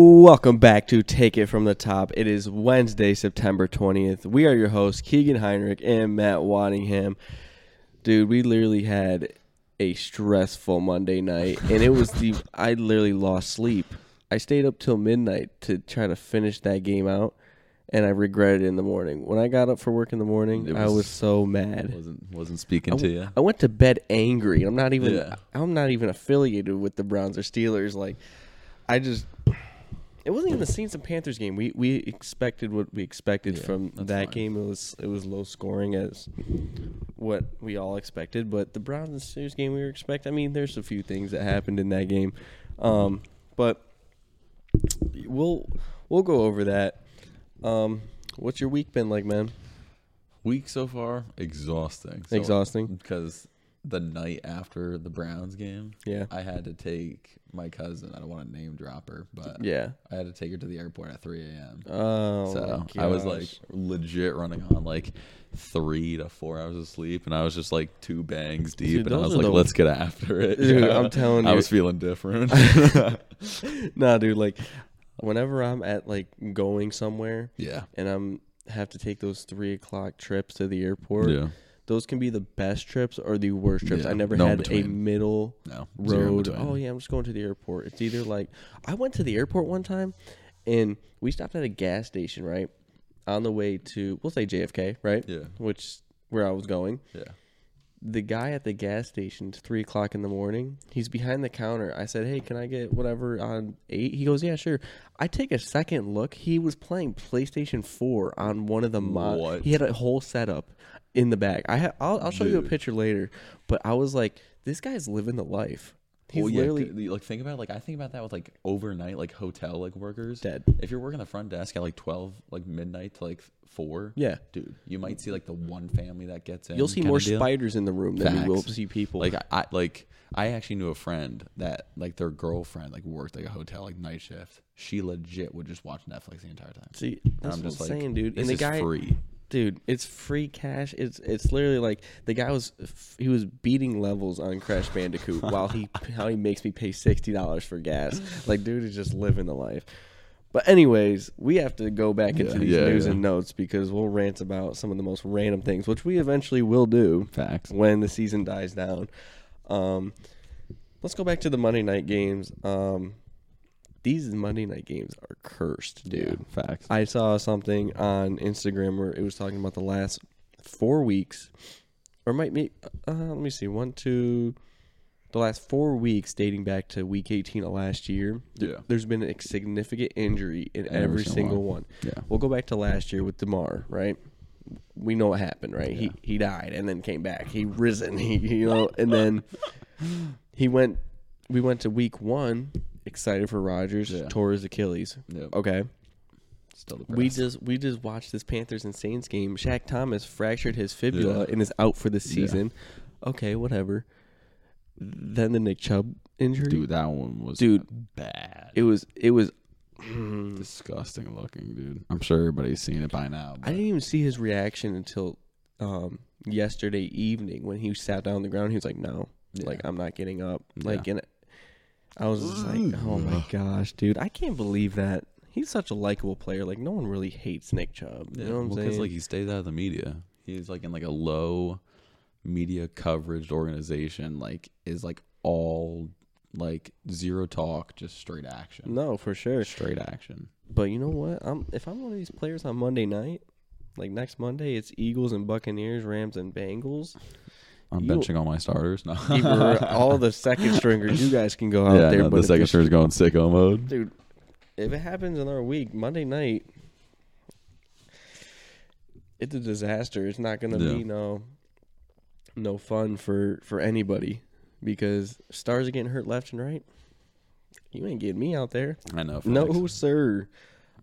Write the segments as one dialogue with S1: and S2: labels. S1: Welcome back to Take It From the Top. It is Wednesday, September 20th. We are your hosts, Keegan Heinrich and Matt Waddingham. Dude, we literally had a stressful Monday night, and it was the. I literally lost sleep. I stayed up till midnight to try to finish that game out, and I regretted it in the morning. When I got up for work in the morning,
S2: It
S1: I
S2: was-
S1: was so mad.
S2: Wasn't wasn't speaking
S1: I
S2: to
S1: w-
S2: you.
S1: I went to bed angry. I'm not even.
S2: Yeah.
S1: I'm not even affiliated with the Browns or Steelers. Like, I just. It wasn't even the Saints and Panthers game. We we expected what we expected
S2: Yeah,
S1: from
S2: that's
S1: that
S2: fine.
S1: game. It was it was low scoring as what we all expected. But the Browns and Steelers game we were expecting. I mean, there's a few things that happened in that game, um, but we'll we'll go over that. Um, what's your week been like, man?
S2: Week so far, exhausting. So,
S1: Exhausting.
S2: Because the night after the Browns game,
S1: Yeah.
S2: I had to take my cousin. I don't want to name drop her, but
S1: Yeah.
S2: I had to take her to the airport at 3 a.m.
S1: Oh,
S2: so
S1: my
S2: I was
S1: gosh.
S2: like legit running on like three to four hours of sleep, and I was just like two bangs deep, and I
S1: those
S2: was
S1: are
S2: like,
S1: the-
S2: "Let's get after it."
S1: Dude, I'm telling
S2: I
S1: you.
S2: was feeling different.
S1: nah, dude. Like, whenever I'm at like going somewhere
S2: yeah,
S1: and I'm have to take those three o'clock trips to the airport,
S2: yeah,
S1: those can be the best trips or the worst trips.
S2: Yeah,
S1: I never
S2: no in
S1: had a
S2: between.
S1: middle
S2: no zero in
S1: road.
S2: between.
S1: Oh yeah, I'm just going to the airport. It's either like I went to the airport one time, and we stopped at a gas station right on the way to we'll say JFK right,
S2: yeah,
S1: which where I was going
S2: yeah.
S1: the guy at the gas station, it's three o'clock in the morning. He's behind the counter. I said, "Hey, can I get whatever on eight? He goes, "Yeah, sure." I take a second look. He was playing PlayStation Four on one of the mod.
S2: What?
S1: He had a whole setup in the back. I ha- I'll, I'll show you a
S2: Dude.
S1: picture later, but I was like, "This guy's living the life. He's
S2: Well, yeah,
S1: literally
S2: c- like think about like I think about that with like overnight like hotel like workers.
S1: dead."
S2: If you're working the front desk at like twelve, like midnight to like four,
S1: Yeah,
S2: dude, you might see like the one family that gets in.
S1: you'll see
S2: kinda
S1: more
S2: deal.
S1: spiders in the room than you will
S2: Facts.
S1: see people.
S2: Like I, I like I actually knew a friend that like their girlfriend like worked like a hotel like night shift. She legit would just watch Netflix the entire time.
S1: see, that's
S2: I'm
S1: what I'm
S2: just like,
S1: saying, dude.
S2: This
S1: and the
S2: is
S1: guy,
S2: free.
S1: dude it's free cash it's it's literally like the guy was he was beating levels on crash bandicoot while he how he makes me pay $60 for gas like dude is just living the life but anyways we have to go back into
S2: Yeah,
S1: these
S2: yeah,
S1: news
S2: yeah.
S1: and notes because we'll rant about some of the most random things which we eventually will do
S2: Facts.
S1: when the season dies down. Um, let's go back to the Monday night games. Um, these Monday night games are cursed, dude.
S2: facts.
S1: I saw something on Instagram where it was talking about the last four weeks, or might be, uh, let me see, one, two, the last four weeks dating back to week 18 of last year. th-
S2: Yeah.
S1: There's been a significant injury in every,
S2: Every single
S1: single one.
S2: one. Yeah.
S1: We'll go back to last year with DeMar, right? We know what happened, right?
S2: Yeah.
S1: He he died and then came back. He risen, he you know, and then he went we went to week 1 excited for Rodgers,
S2: Yeah.
S1: tore his Achilles.
S2: Yep.
S1: Okay.
S2: Still
S1: Oh,
S2: depressed.
S1: We just we just watched this Panthers and Saints game. Shaq Thomas fractured his fibula
S2: Yeah.
S1: and is out for the season. Okay, whatever. Then the Nick Chubb injury.
S2: dude, that one was
S1: Dude.
S2: bad.
S1: It was it was
S2: disgusting looking, dude. I'm sure everybody's seen it by now.
S1: I
S2: but-
S1: didn't even see his reaction until um, yesterday evening when he sat down on the ground. He was like, "No,
S2: Yeah.
S1: like I'm not getting up." Like, and I was just
S2: Mm.
S1: like, "Oh my gosh, dude! I can't believe that he's such a likable player. Like, no one really hates Nick Chubb. You know what I'm
S2: well,
S1: saying?
S2: like he stays out of the media. He's like in like a low media coverage organization. Like is like all like zero talk, just straight action.
S1: no, for sure.
S2: Straight action.
S1: But you know what? I'm if I'm one of these players on Monday night, like next Monday, it's Eagles and Buccaneers, Rams and Bengals.
S2: I'm
S1: You-
S2: benching all my starters. No.
S1: Keep her- all the second stringers, you guys can go out
S2: yeah,
S1: there.
S2: no,
S1: but
S2: the
S1: if
S2: second
S1: it's-
S2: shirt's going sicko mode.
S1: dude, if it happens in our week, Monday night, it's a disaster. It's not gonna
S2: Yeah.
S1: be no, no fun for for anybody because stars are getting hurt left and right. You ain't getting me out there,
S2: I know.
S1: no
S2: facts.
S1: sir.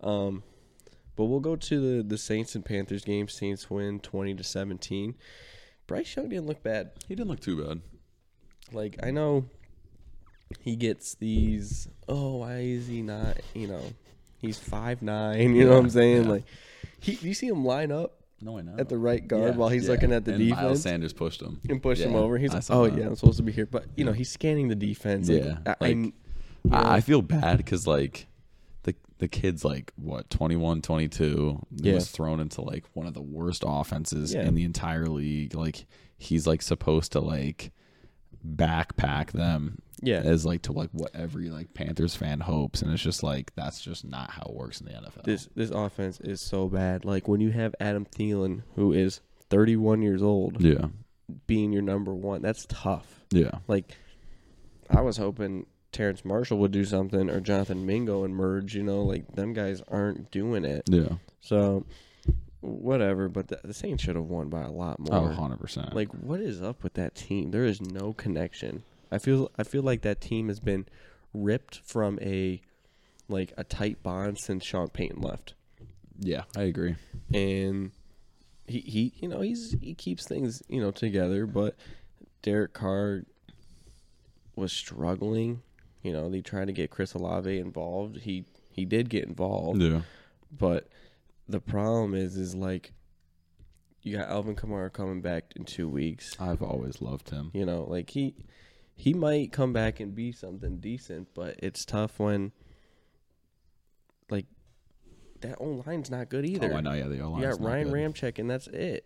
S1: Um, but we'll go to the the Saints and Panthers game. Saints win twenty to seventeen. Bryce Young didn't look bad.
S2: he didn't look too bad.
S1: Like I know he gets these. Oh, why is he not? You know, he's five nine. You know what I'm
S2: Yeah,
S1: saying?
S2: yeah.
S1: Like, he you see him line up
S2: No, I know.
S1: at the right guard while he's looking at the
S2: and
S1: defense
S2: Miles Sanders pushed him.
S1: and push him
S2: Yeah,
S1: over. He's
S2: I
S1: like,
S2: saw
S1: oh
S2: that.
S1: yeah, I'm supposed to be here, but you know he's scanning the defense. Like,
S2: Yeah,
S1: I, I
S2: like,
S1: kn-
S2: I I feel bad because like the kid's like what 21 22
S1: Yeah.
S2: was thrown into like one of the worst offenses
S1: Yeah.
S2: in the entire league like he's like supposed to like backpack them
S1: Yeah.
S2: as like to like what every like panthers fan hopes and it's just like that's just not how it works in the nfl
S1: This this offense is so bad. Like when you have Adam Thielen, who is 31 years old,
S2: yeah
S1: being your number one, that's tough.
S2: yeah
S1: Like I was hoping Terrence Marshall would do something or Jonathan Mingo and merge. You know, like them guys aren't doing it.
S2: yeah
S1: So whatever. But the, the Saints should have won by a lot more.
S2: oh 100%
S1: Like what is up with that team? There is no connection. I feel I feel like that team has been ripped from a like a tight bond since Sean Payton left.
S2: yeah i agree
S1: And he he you know, he's he keeps things, you know, together, but Derek Carr was struggling. You know, they tried to get Chris Olave involved. He he did get involved.
S2: yeah
S1: But the problem is, is like you got Alvin Kamara coming back in two weeks.
S2: i've always loved him
S1: You know, like he he might come back and be something decent, but it's tough when like that old line's not good either.
S2: oh i know yeah the O-line's
S1: you got
S2: not
S1: Ryan
S2: good.
S1: Ramchek, and that's it.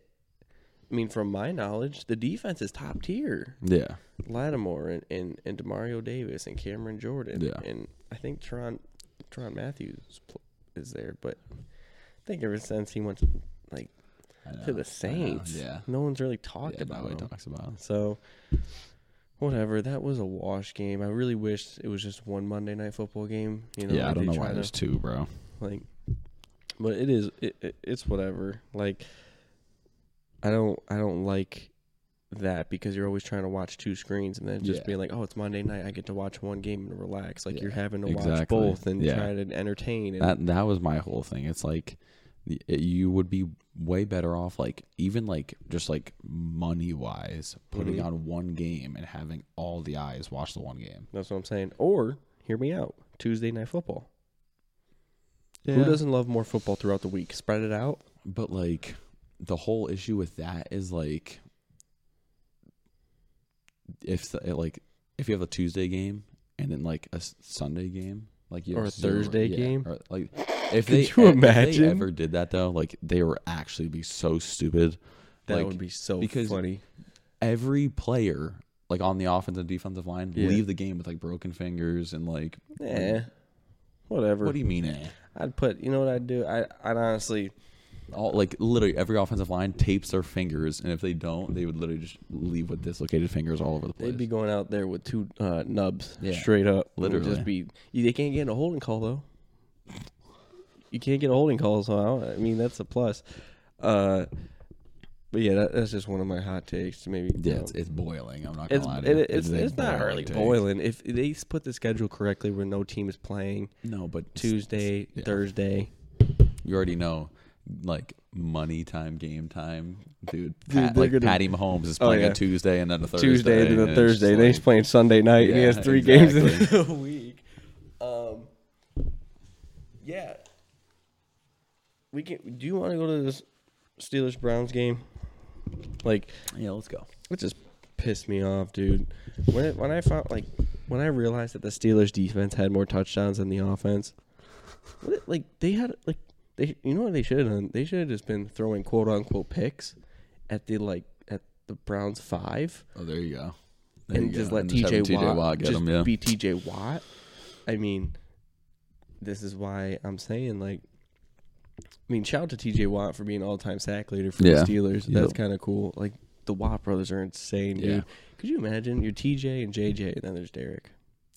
S1: I mean, from my knowledge, the defense is top tier.
S2: yeah
S1: Lattimore and, and, and Demario Davis and Cameron Jordan.
S2: Yeah.
S1: And I think Tron Tron Matthews pl- is there, but I think ever since he went like
S2: I know,
S1: to
S2: I know,
S1: the Saints,
S2: yeah
S1: no one's really talked
S2: yeah,
S1: about
S2: nobody
S1: him.
S2: talks about it.
S1: So whatever, that was a wash game. I really wish it was just one Monday night football game. You know,
S2: yeah, I
S1: like
S2: don't
S1: they
S2: know why
S1: try to-
S2: there's two, bro.
S1: like but it is it, it, it's whatever like i don't i don't like that because you're always trying to watch two screens and then just
S2: Yeah.
S1: being like oh it's monday night i get to watch one game and relax like you're
S2: Yeah,
S1: having to watch
S2: exactly.
S1: both and
S2: Yeah.
S1: try to entertain and
S2: That that was my whole thing. It's like y- it, you would be way better off, like even like just like money wise, putting
S1: Mhm.
S2: on one game and having all the eyes watch the one game.
S1: that's what i'm saying or hear me out tuesday night football who doesn't love more football throughout the week spread it out
S2: But like the whole issue with that is like if the, like if you have a Tuesday game and then like a s- Sunday game, like you
S1: Or
S2: have
S1: a Thursday game?
S2: or, like if
S1: Could
S2: they
S1: you
S2: if
S1: imagine?
S2: they ever did that though, like they would actually be so stupid.
S1: that
S2: Like,
S1: would be so
S2: because-
S1: funny
S2: every player like on the offensive and defensive line
S1: Yeah.
S2: leave the game with like broken fingers and like
S1: yeah whatever
S2: what do you mean eh?
S1: i'd put you know what i'd do i i'd honestly
S2: all like literally every offensive line tapes their fingers and if they don't they would literally just leave with dislocated fingers all over the place
S1: They'd be going out there with two uh, nubs,
S2: Yeah.
S1: straight up. It would
S2: Literally.
S1: just be. you- They can't get a holding call though. You can't get a holding call, so I, don't- I mean that's a plus. Uh, but yeah, that, that's just one of my hot takes. Maybe
S2: yeah
S1: you know.
S2: it's, it's boiling i'm not gonna
S1: it's
S2: lie to
S1: it-
S2: you.
S1: it's,
S2: a
S1: it's not
S2: boiling
S1: really
S2: take.
S1: boiling. If they s- put the schedule correctly, where no team is playing
S2: no but two
S1: Tuesday,
S2: yeah.
S1: Thursday,
S2: you already know like money time game time dude,
S1: Dude,
S2: Pat,
S1: they're
S2: like
S1: gonna-
S2: patty mahomes is
S1: Oh,
S2: playing
S1: yeah.
S2: a tuesday and then a thursday
S1: Tuesday to
S2: and
S1: the
S2: it's just
S1: Thursday. Then he's
S2: like-
S1: playing Sunday night, and he
S2: Yeah,
S1: has three games in
S2: exactly.
S1: the week. Um, yeah, we can. Do you want to go to this Steelers Browns game? Like,
S2: yeah let's go
S1: it just pissed me off, dude. When it, when I found like when I realized that the Steelers defense had more touchdowns than the offense, what it, like they had like they you know what they should have done? They should have just been throwing quote unquote picks at the like at the Browns five
S2: oh there you go There
S1: and
S2: you
S1: just
S2: go.
S1: let
S2: just
S1: TJ
S2: having
S1: Watt,
S2: get
S1: just
S2: 'em, yeah.
S1: be TJ Watt. I mean, this is why I'm saying like, I mean, shout out to TJ Watt for being all time sack leader for the
S2: Yeah.
S1: Steelers.
S2: Yep.
S1: That's kind of cool. Like the Watt brothers are insane, dude.
S2: Yeah.
S1: Could you imagine? You're TJ and JJ, and then there's Derek.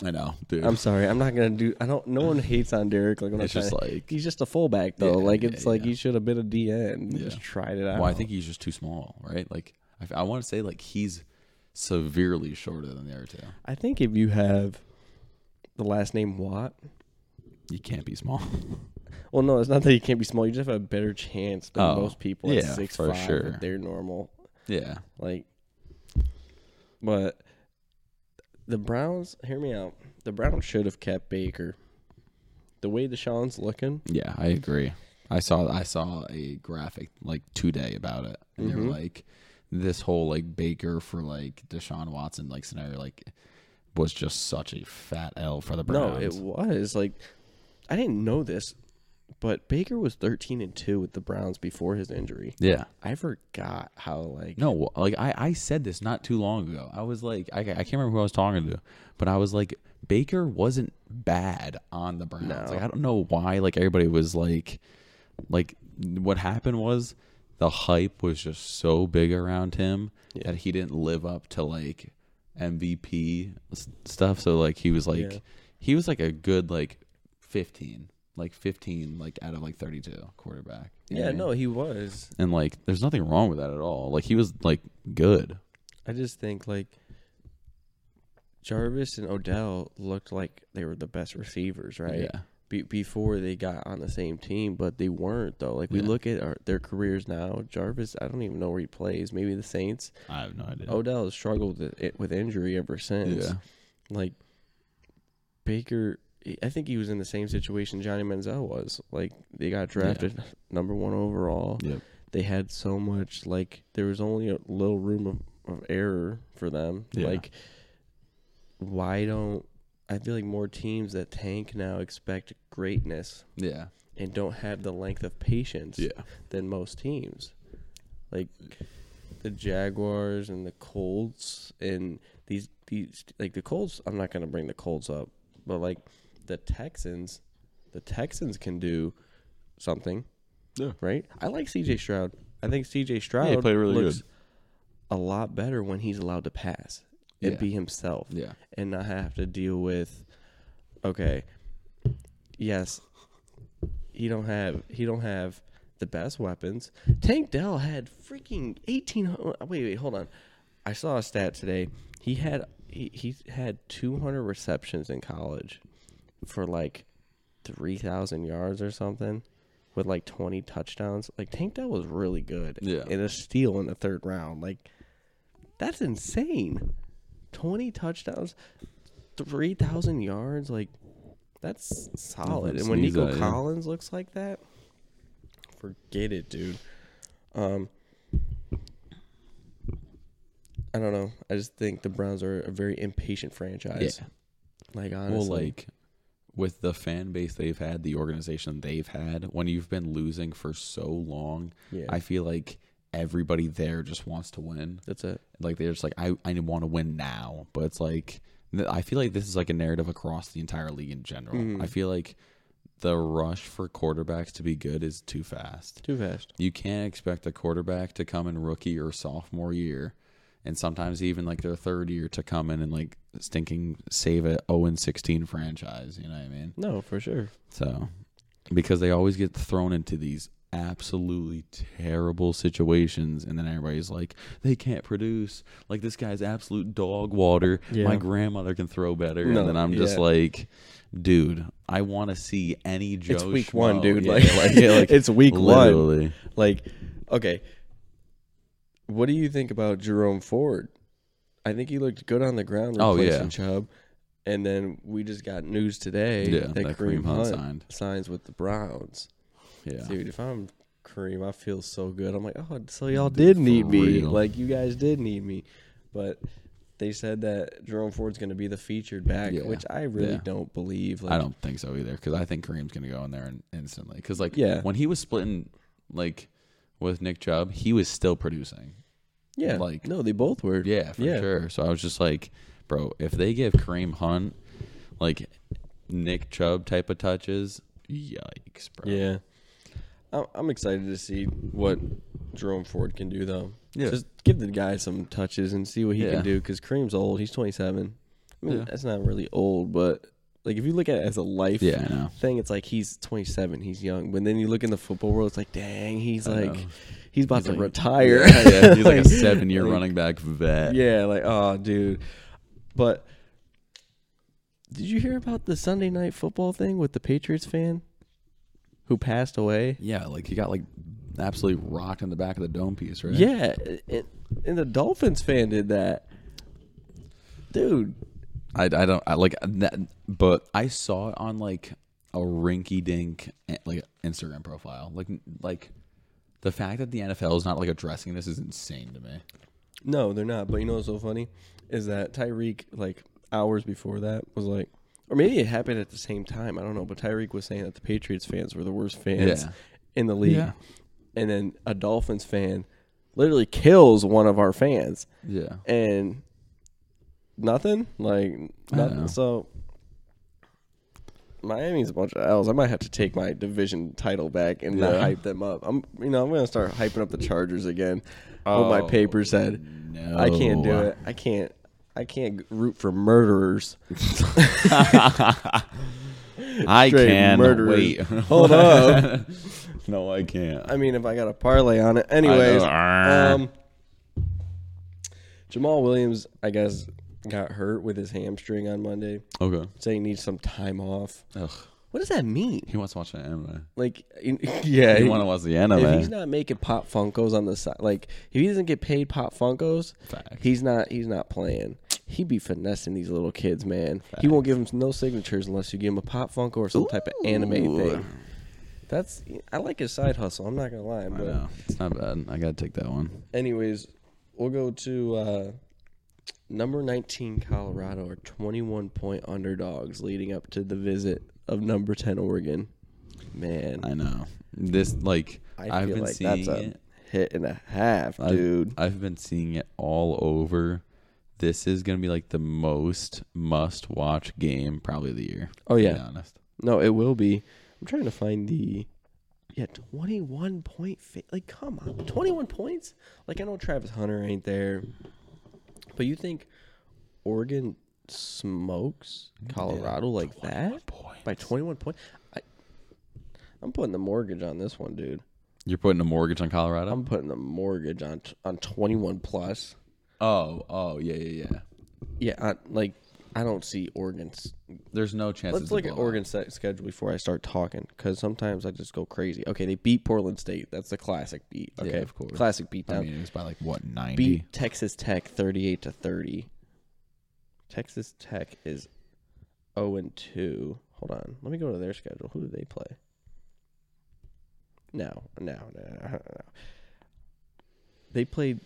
S2: I know, dude.
S1: I'm sorry, I'm not gonna do. I don't. No one hates on Derek. Like when
S2: it's
S1: I'm
S2: just
S1: trying to-
S2: like,
S1: he's just a fullback though.
S2: Yeah,
S1: like
S2: yeah,
S1: it's like
S2: yeah.
S1: he should have been a DN.
S2: Yeah.
S1: Just tried it out.
S2: well, I think he's just too small, right? Like, I, f- I want to say like he's severely shorter than the other two.
S1: I think if you have the last name Watt,
S2: You can't be small.
S1: Well, no, it's not that you can't be small. You just have a better chance than
S2: Oh,
S1: most people at
S2: yeah,
S1: six
S2: for
S1: five.
S2: sure.
S1: If they're normal,
S2: yeah,
S1: like, but the Browns. Hear me out. The Browns should have kept Baker. The way Deshaun's looking,
S2: yeah, I agree. I saw I saw a graphic like today about it, and they
S1: Mhm.
S2: were like, this whole like Baker for like Deshaun Watson like scenario like was just such a fat L for the
S1: no,
S2: Browns.
S1: it was like I didn't know this, but Baker was 13 and 2 with the Browns before his injury.
S2: Yeah.
S1: I forgot how like
S2: No, like I, I said this not too long ago. I was like, I, I can't remember who I was talking to, but I was like, Baker wasn't bad on the Browns.
S1: No.
S2: Like I don't know why. Like everybody was like, like what happened was the hype was just so big around him that he didn't live up to like MVP s- stuff. So like he was like,
S1: Yeah.
S2: he was like a good like fifteen, like fifteen, like out of like thirty two quarterback. You know
S1: Yeah,
S2: what I mean?
S1: no, he was.
S2: and like there's nothing wrong with that at all like he was like good
S1: I just think like Jarvis and Odell looked like they were the best receivers, right?
S2: yeah
S1: Be- before they got on the same team, but they weren't though. Like we
S2: Yeah.
S1: look at our, their careers now. Jarvis, I don't even know where he plays. Maybe the Saints.
S2: i have no idea
S1: Odell has struggled with, it, with injury ever since.
S2: yeah
S1: Like Baker, I think he was in the same situation Johnny Manziel was. Like they got drafted number one overall.
S2: Yep.
S1: They had so much. Like there was only a little room of, of error for them.
S2: Yeah.
S1: Like why don't I feel like more teams that tank now expect greatness
S2: yeah
S1: and don't have the length of patience
S2: yeah
S1: than most teams. Like the Jaguars and the Colts and these these like the Colts. I'm not gonna bring the Colts up, but like the Texans, the Texans can do something.
S2: Yeah.
S1: Right. I like C.J. Stroud. I think C.J. Stroud
S2: played really
S1: looks
S2: good.
S1: a lot better when he's allowed to pass and
S2: Yeah.
S1: be himself
S2: yeah
S1: and not have to deal with okay yes he don't have he don't have the best weapons tank dell had freaking 18 ho- wait wait hold on i saw a stat today he had he, he had 200 receptions in college for like 3000 yards or something with like 20 touchdowns like tank dell was really good
S2: Yeah.
S1: and a steal in the third round like that's insane 20 touchdowns, 3,000 yards. Like, that's solid. And when
S2: sneeze
S1: Nico
S2: at, yeah.
S1: Collins looks like that, forget it, dude. Um, I don't know. I just think the Browns are a very impatient franchise.
S2: Yeah.
S1: Like,
S2: well
S1: honestly.
S2: like with the fan base they've had the organization they've had when you've been losing for so long
S1: yeah.
S2: i feel like everybody there just wants to win
S1: that's it.
S2: like they're just like i, I want to win now but it's like th- i feel like this is like a narrative across the entire league in general
S1: Mm-hmm.
S2: i feel like the rush for quarterbacks to be good is too fast
S1: Too fast.
S2: You can't expect a quarterback to come in rookie or sophomore year, and sometimes even like their third year to come in and like stinking save a 0 and 16 franchise. You know what I mean?
S1: No, for sure.
S2: So, because they always get thrown into these absolutely terrible situations, and then everybody's like, they can't produce. Like this guy's absolute dog water.
S1: Yeah.
S2: My grandmother can throw better,
S1: No,
S2: and then I'm just
S1: yeah.
S2: like. Dude, I want to see any Joe.
S1: it's week one,
S2: Schmo.
S1: dude.
S2: Yeah,
S1: like,
S2: yeah, like,
S1: it's week one.
S2: literally.
S1: Like, okay. What do you think about Jerome Ford? I think he looked good on the ground
S2: Oh,
S1: replacing
S2: yeah.
S1: Chubb. And then we just got news today
S2: Yeah,
S1: that,
S2: that
S1: Kareem,
S2: Kareem Hunt
S1: Hunt
S2: signed.
S1: signs with the Browns.
S2: Yeah.
S1: Dude, if I'm Kareem, I feel so good. I'm like, oh, so y'all did need
S2: for
S1: me.
S2: real.
S1: Like, you guys did need me. But they said that Jerome Ford's going to be the featured back,
S2: Yeah,
S1: which I really
S2: yeah.
S1: don't believe. Like,
S2: I don't think so either because I think Kareem's going to go in there and instantly. Because like
S1: Yeah.
S2: when he was splitting like with Nick Chubb, he was still producing.
S1: Yeah.
S2: like-
S1: no, they both were.
S2: Yeah, for
S1: Yeah.
S2: sure. So I was just like, bro, if they give Kareem Hunt like Nick Chubb type of touches, yikes, bro.
S1: Yeah. I'm- I'm excited to see what Jerome Ford can do, though.
S2: Yeah.
S1: Just give the guy some touches and see what he
S2: Yeah.
S1: can do because Kareem's old. He's 27. I mean,
S2: Yeah.
S1: that's not really old, but like if you look at it as a life
S2: Yeah, I know.
S1: thing, it's like he's 27. He's young. But then you look in the football world, it's like, dang, he's like,
S2: know.
S1: he's about
S2: He's
S1: to
S2: like-
S1: retire.
S2: Yeah, yeah, he's like a seven year
S1: like-
S2: running back vet.
S1: yeah, like, oh, dude. But did you hear about the Sunday night football thing with the Patriots fan who passed away?
S2: Yeah, like he got like absolutely rocked in the back of the dome piece, right?
S1: Yeah, and, and the Dolphins fan did that, dude.
S2: I, I don't I like that, but I saw it on like a rinky dink eh, like Instagram profile. Like like the fact that the NFL is not like addressing this is insane to me.
S1: No, they're not. But you know what's so funny is that Tyreek, like hours before that, was like, or maybe it happened at the same time. I don't know. But Tyreek was saying that the Patriots fans were the worst fans
S2: Yeah.
S1: in the league,
S2: Yeah.
S1: and then a Dolphins fan literally kills one of our fans,
S2: Yeah.
S1: and nothing like
S2: I don't know.
S1: nothing. So Miami's a bunch of L's. I might have to take my division title back and not
S2: Yeah.
S1: hype them up. I'm you know I'm gonna start hyping up the Chargers again. what my paper said.
S2: No.
S1: I can't do it. I can't. I can't root for murderers.
S2: I
S1: Straight
S2: can.
S1: murderers.
S2: Wait.
S1: Hold up.
S2: no, I can't.
S1: I mean, if I got a parlay on it, anyways.
S2: I know.
S1: Um, Jamal Williams, I guess, got hurt with his hamstring on Monday,
S2: okay.
S1: saying he needs some time off.
S2: Ugh.
S1: What does that mean?
S2: He wants to watch an anime.
S1: Like, in- yeah,
S2: He
S1: he-
S2: wants to watch the
S1: if he's
S2: anime.
S1: not making pop funkos on the side, like if he doesn't get paid pop funkos,
S2: Facts.
S1: he's not he's not playing. He be finessing these little kids, man. He won't give them no signatures unless you give him a pop funko or some type of anime
S2: Ooh.
S1: thing. That's I like his side hustle. I'm not gonna lie,
S2: I
S1: but
S2: know. It's not bad. I gotta take that one.
S1: anyways, we'll go to uh, number 19 Colorado are 21 point underdogs leading up to the visit of number 10 Oregon. Man,
S2: I know. This like
S1: I
S2: have
S1: feel
S2: been
S1: like
S2: seeing
S1: that's a
S2: it.
S1: hit and a half,
S2: I've-
S1: dude.
S2: I've been seeing it all over. This is gonna be like the most must watch game probably of the year.
S1: Oh
S2: to be
S1: yeah,
S2: honest.
S1: no, it will be. I'm trying to find the yeah 21 point fa- like come on 21 points like i know travis hunter ain't there but you think oregon smokes colorado like that
S2: Boy.
S1: by 21 points. I, I'm putting the mortgage on this one, dude.
S2: You're putting a mortgage on Colorado?
S1: I'm putting the mortgage on t- on 21 plus.
S2: oh, oh, yeah, yeah, yeah.
S1: Yeah, I, like I don't see Oregon's.
S2: There's no chance.
S1: Let's
S2: it's a
S1: look at
S2: blowout.
S1: Oregon's se- schedule before I start talking, because sometimes I just go crazy. Okay, they beat Portland State. That's the classic beat. Okay,
S2: of course.
S1: classic beat
S2: I
S1: down.
S2: mean, it was by like what ninety.
S1: beat Texas Tech 38 to 30. Texas Tech is 0 and 2. Hold on. Let me go to their schedule. Who do they play? No, no, no, no, no. They played.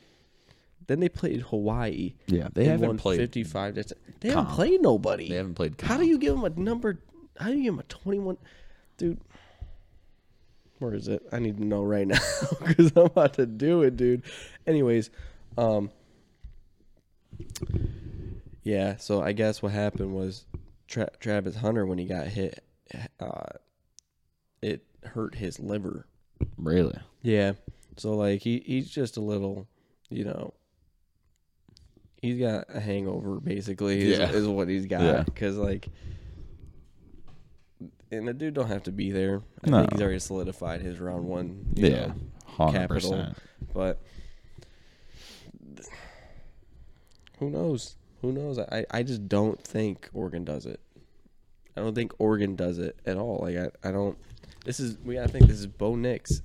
S1: Then they played Hawaii.
S2: Yeah, they
S1: and
S2: haven't
S1: won
S2: played
S1: 55. To, they
S2: comp.
S1: haven't played nobody.
S2: They haven't played.
S1: How do you give them a number? How do you give them a 21? Dude. Where is it? I need to know right now because I'm about to do it, dude. Anyways, um, yeah. So I guess what happened was Tra- Travis Hunter when he got hit, uh, it hurt his liver.
S2: really?
S1: Yeah. So like he he's just a little, you know. He's got a hangover basically is,
S2: Yeah.
S1: is what he's got
S2: Yeah.
S1: cuz like and the dude don't have to be there. I
S2: No.
S1: think he's already solidified his round 1, you
S2: Yeah,
S1: know,
S2: hundred
S1: capital.
S2: percent.
S1: But who knows? Who knows? I, I just don't think Oregon does it. I don't think Oregon does it at all. Like I, I don't. This is we gotta think. This is Bo Nix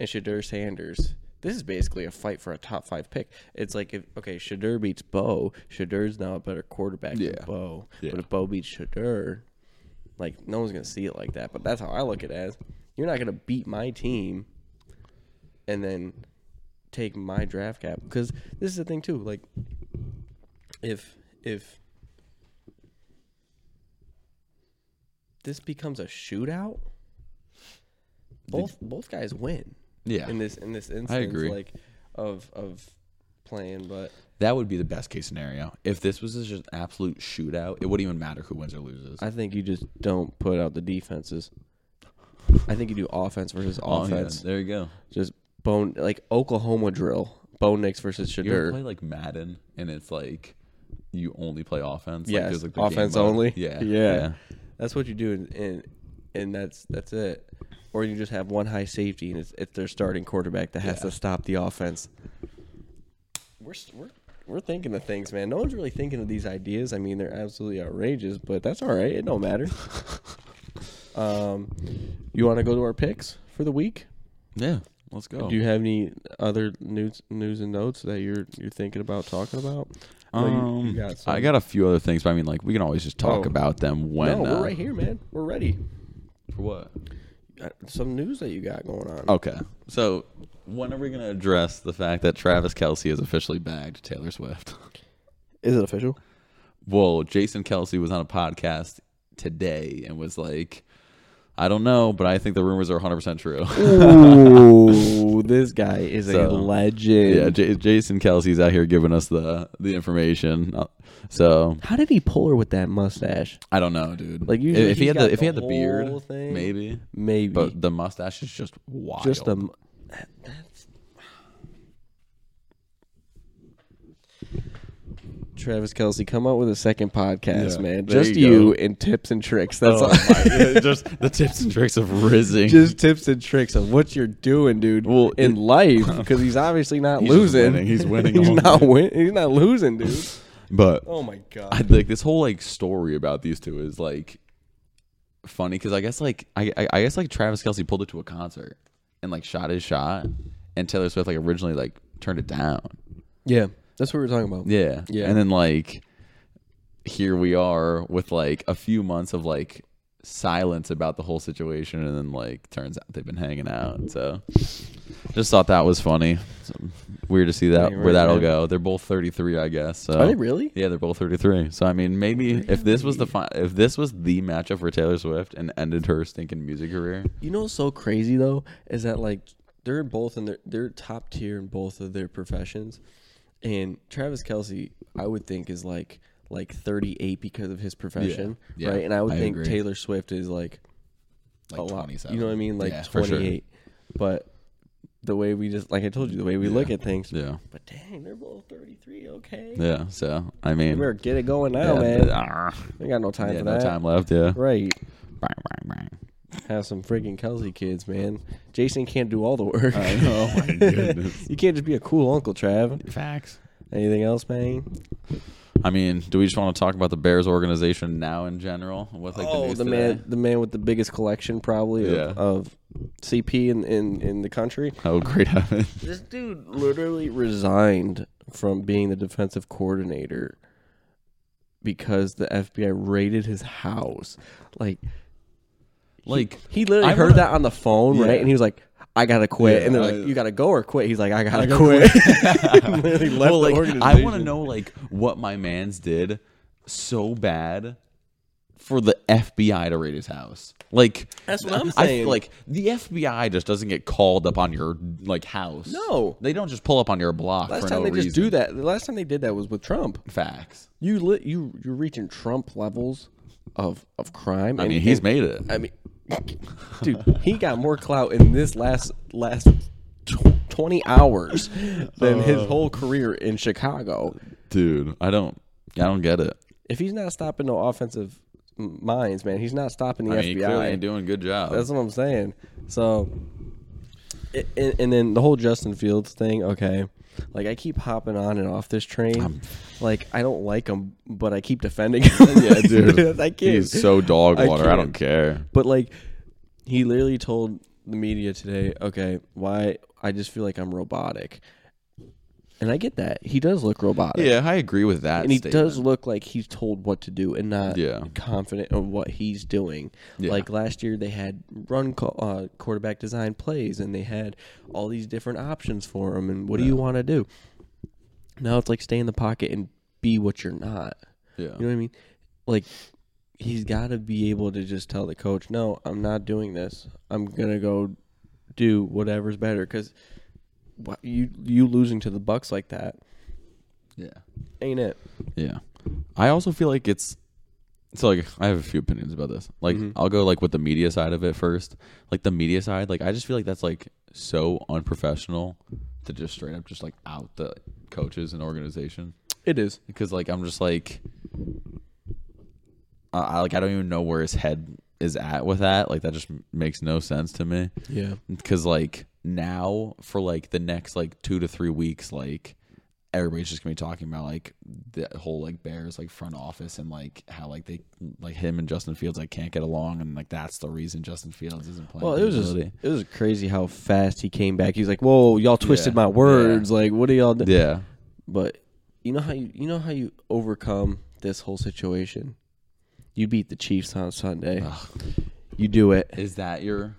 S1: and Shadur Sanders. This is basically a fight for a top five pick. It's like if okay, Shadur beats Bo. Shadur's now a better quarterback
S2: Yeah.
S1: than Bo.
S2: Yeah.
S1: But if Bo beats Shadur, like no one's gonna see it like that. But that's how I look at it. As you're not gonna beat my team, and then take my draft cap because this is the thing too. Like if if this becomes a shootout, both both guys win
S2: Yeah,
S1: in this in this instance.
S2: agree.
S1: Like of of playing, but
S2: that would be the best case scenario. If this was just an absolute shootout, it wouldn't even matter who wins or loses.
S1: I think you just don't put out the defenses. I think you do offense versus
S2: Oh, yeah,
S1: offense.
S2: There you go.
S1: Just bone like Oklahoma drill. Bo Nix versus
S2: You ever
S1: Shadur.
S2: play like Madden, and it's like you only play offense.
S1: Yes,
S2: like, there's, like, the game
S1: offense
S2: mode.
S1: only.
S2: Yeah,
S1: yeah, That's what you do, and and, and that's that's it. Or you just have one high safety, and it's, it's their starting quarterback that has
S2: Yeah.
S1: to stop the offense. We're s- we're we're thinking of things, man. No one's really thinking of these ideas. I mean, they're absolutely outrageous, but that's all right. It don't matter. um, you want to go to our picks for the week?
S2: Yeah, Let's go.
S1: Do you have any other news news and notes that you're you're thinking about talking about? I know you-
S2: um,
S1: you got
S2: I
S1: some.
S2: got a few other things, but I mean, like we can always just talk
S1: Oh.
S2: about them when.
S1: no,
S2: uh,
S1: we're right here, man. We're ready.
S2: For what?
S1: Uh, Some news that you got going on.
S2: Okay. So when are we going to address the fact that Travis Kelsey has officially bagged Taylor Swift?
S1: Is it official?
S2: Well, Jason Kelsey was on a podcast today and was like, I don't know, but I think the rumors are 100% true.
S1: Ooh, this guy is a
S2: So,
S1: legend.
S2: yeah, J- Jason Kelsey's out here giving us the the information. Uh, So
S1: How did he pull her with that mustache?
S2: I don't know, dude.
S1: Like, usually
S2: if, if he
S1: he's
S2: had the
S1: got
S2: if he had
S1: the
S2: the beard,
S1: whole thing.
S2: maybe.
S1: Maybe
S2: But the mustache is just wild.
S1: just a. Travis Kelsey, come up with a second podcast,
S2: Yeah,
S1: man.
S2: there
S1: Just
S2: you
S1: you,
S2: go.
S1: and tips and tricks. That's
S2: Oh
S1: all.
S2: my- just the tips and tricks of rizzing.
S1: just tips and tricks of what you're doing, dude.
S2: Well,
S1: in
S2: it-
S1: life, because he's obviously not
S2: He's just
S1: losing.
S2: winning. He's winning
S1: he's
S2: all
S1: not win- He's not losing, dude.
S2: but
S1: Oh my god.
S2: I like this whole like story about these two is like funny because I guess like I, I I guess like Travis Kelsey pulled it to a concert and like shot his shot, and Taylor Swift like originally like turned it down.
S1: yeah, that's what we were talking about.
S2: Yeah.
S1: Yeah.
S2: And then like here we are with like a few months of like silence about the whole situation and then like turns out they've been hanging out. So just thought that was funny. So, weird to see that
S1: Yeah,
S2: where
S1: right,
S2: that'll
S1: man.
S2: go. They're both 33, I guess. So
S1: Are they really?
S2: Yeah, they're both 33. So I mean, maybe if this was the fi- if this was the matchup for Taylor Swift and ended her stinking music career.
S1: You know what's so crazy though is that like they're both in their they're top tier in both of their professions, and Travis Kelsey I would think is like like 38 because of his profession,
S2: Yeah.
S1: right? And I would
S2: I
S1: think
S2: agree.
S1: Taylor Swift is like,
S2: Like
S1: a lot.
S2: 27.
S1: You know what I mean? Like
S2: Yeah, for sure.
S1: 28. But the way we just like I told you the way we look at things.
S2: Yeah.
S1: But dang, they're both 33. Okay,
S2: Yeah, so I mean
S1: we're get it going
S2: yeah,
S1: now, man.
S2: ah,
S1: We got no time
S2: yeah,
S1: for
S2: no
S1: that.
S2: time left, yeah.
S1: Right.
S2: Bang, bang, bang.
S1: Have some freaking Kelsey kids, man. Jason can't do all the work.
S2: I know. My goodness.
S1: You can't just be a cool uncle, Trav.
S2: Facts.
S1: Anything else, man?
S2: I mean, do we just want to talk about the Bears organization now in general? With like the
S1: oh,
S2: news
S1: the
S2: today?
S1: man, the man with the biggest collection, probably
S2: Yeah.
S1: of, of CP in, in in the country.
S2: Oh, great heaven!
S1: This dude literally resigned from being the defensive coordinator because the FBI raided his house. Like
S2: Like
S1: he literally
S2: I
S1: heard
S2: wanna-
S1: that on the phone,
S2: Yeah.
S1: right? And he was like, "I gotta quit,"
S2: Yeah,
S1: and they're
S2: I-
S1: like, "You gotta go or quit." He's like, "I gotta,
S2: I gotta
S1: quit." Literally left the
S2: well, like I want to
S1: organization.
S2: know like what my man's did so bad for the FBI to raid his house. Like
S1: That's what I'm
S2: I
S1: saying.
S2: feel like the FBI just doesn't get called up on your like house.
S1: No.
S2: they don't just pull up on your block.
S1: Last
S2: for
S1: time
S2: no
S1: they
S2: reason.
S1: just do that. The last time they did that was with Trump.
S2: Facts.
S1: You li- you you're reaching Trump levels of of crime.
S2: I mean, he's made it.
S1: I mean, dude, he got more clout in this last last tw- twenty hours than his whole career in Chicago.
S2: Dude, I don't, I don't get it.
S1: If he's not stopping no offensive m- minds, man, he's not stopping the
S2: I mean, he clearly ain't
S1: FBI.
S2: doing a good job.
S1: That's what I'm saying. So, a- and, and then the whole Justin Fields thing. Okay, like I keep hopping on and off this train. like I don't like him, but I keep defending him.
S2: yeah, dude.
S1: I can't.
S2: He's so dog
S1: I
S2: water. I, don't
S1: can't.
S2: care.
S1: But like, he literally told the media today, okay, why I just feel like I'm robotic, and I get that he does look robotic,
S2: Yeah, I agree with that.
S1: and he
S2: statement.
S1: does look like he's told what to do and not
S2: Yeah.
S1: confident of what he's doing.
S2: Yeah.
S1: Like last year, they had run call, uh, quarterback design plays, and they had all these different options for him. And what do you want to do? Now it's like stay in the pocket and be what you're not.
S2: Yeah.
S1: You know what I mean? Like he's got to be able to just tell the coach, "No, I'm not doing this. I'm gonna go do whatever's better." Because you you losing to the Bucks like that
S2: yeah.
S1: ain't it?
S2: Yeah. I also feel like it's so like I have a few opinions about this. Like I'll go like with the media side of it first. Like the media side, like I just feel like that's like so unprofessional to just straight up just like out the coaches and organization.
S1: It is.
S2: because like I'm just like I, I like I don't even know where his head is at with that. Like that just m- makes no sense to me.
S1: Yeah.
S2: Because like now for like the next like two to three weeks, like everybody's just gonna be talking about like the whole like Bears like front office and like how like they like him and Justin Fields like can't get along and like that's the reason Justin Fields isn't playing.
S1: Well,
S2: for
S1: it was
S2: the
S1: just
S2: ability.
S1: it was crazy how fast he came back. He's like, "Whoa, y'all twisted
S2: Yeah.
S1: my words. Like, what do y'all do?"
S2: yeah.
S1: But you know how you you know how you overcome this whole situation. You beat the Chiefs on Sunday. You do it.
S2: Is that your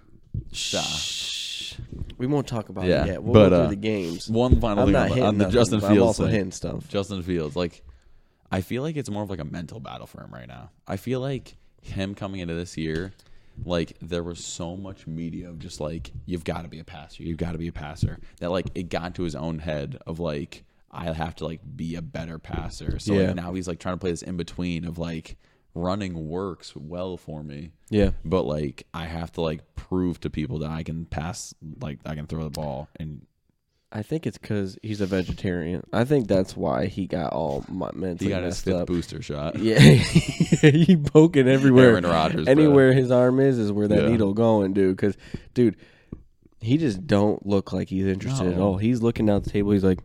S1: We won't talk about
S2: Yeah,
S1: it yet. We'll go
S2: but,
S1: through
S2: uh,
S1: the games.
S2: one final
S1: I'm
S2: thing
S1: not
S2: on, the-
S1: hitting
S2: on the
S1: nothing,
S2: Justin
S1: but
S2: Fields
S1: I'm also
S2: thing.
S1: hitting stuff.
S2: Justin Fields. Like, I feel like it's more of like a mental battle for him right now. I feel like him coming into this year, like there was so much media of just like you've got to be a passer, you've got to be a passer that like it got into his own head of like I have to like be a better passer. So
S1: Yeah.
S2: like, now he's like trying to play this in between of like running works well for me.
S1: Yeah.
S2: But like I have to like prove to people that I can pass like I can throw the ball and
S1: I think it's because he's a vegetarian. I think that's why he got all my mentally
S2: he got his
S1: messed
S2: fifth
S1: up.
S2: booster shot.
S1: Yeah, he poking everywhere.
S2: Aaron Rodgers, bro.
S1: anywhere his arm is, is where that
S2: Yeah.
S1: needle going, dude. Because, dude, he just don't look like he's interested at
S2: No.
S1: all. He's looking down the table. He's like,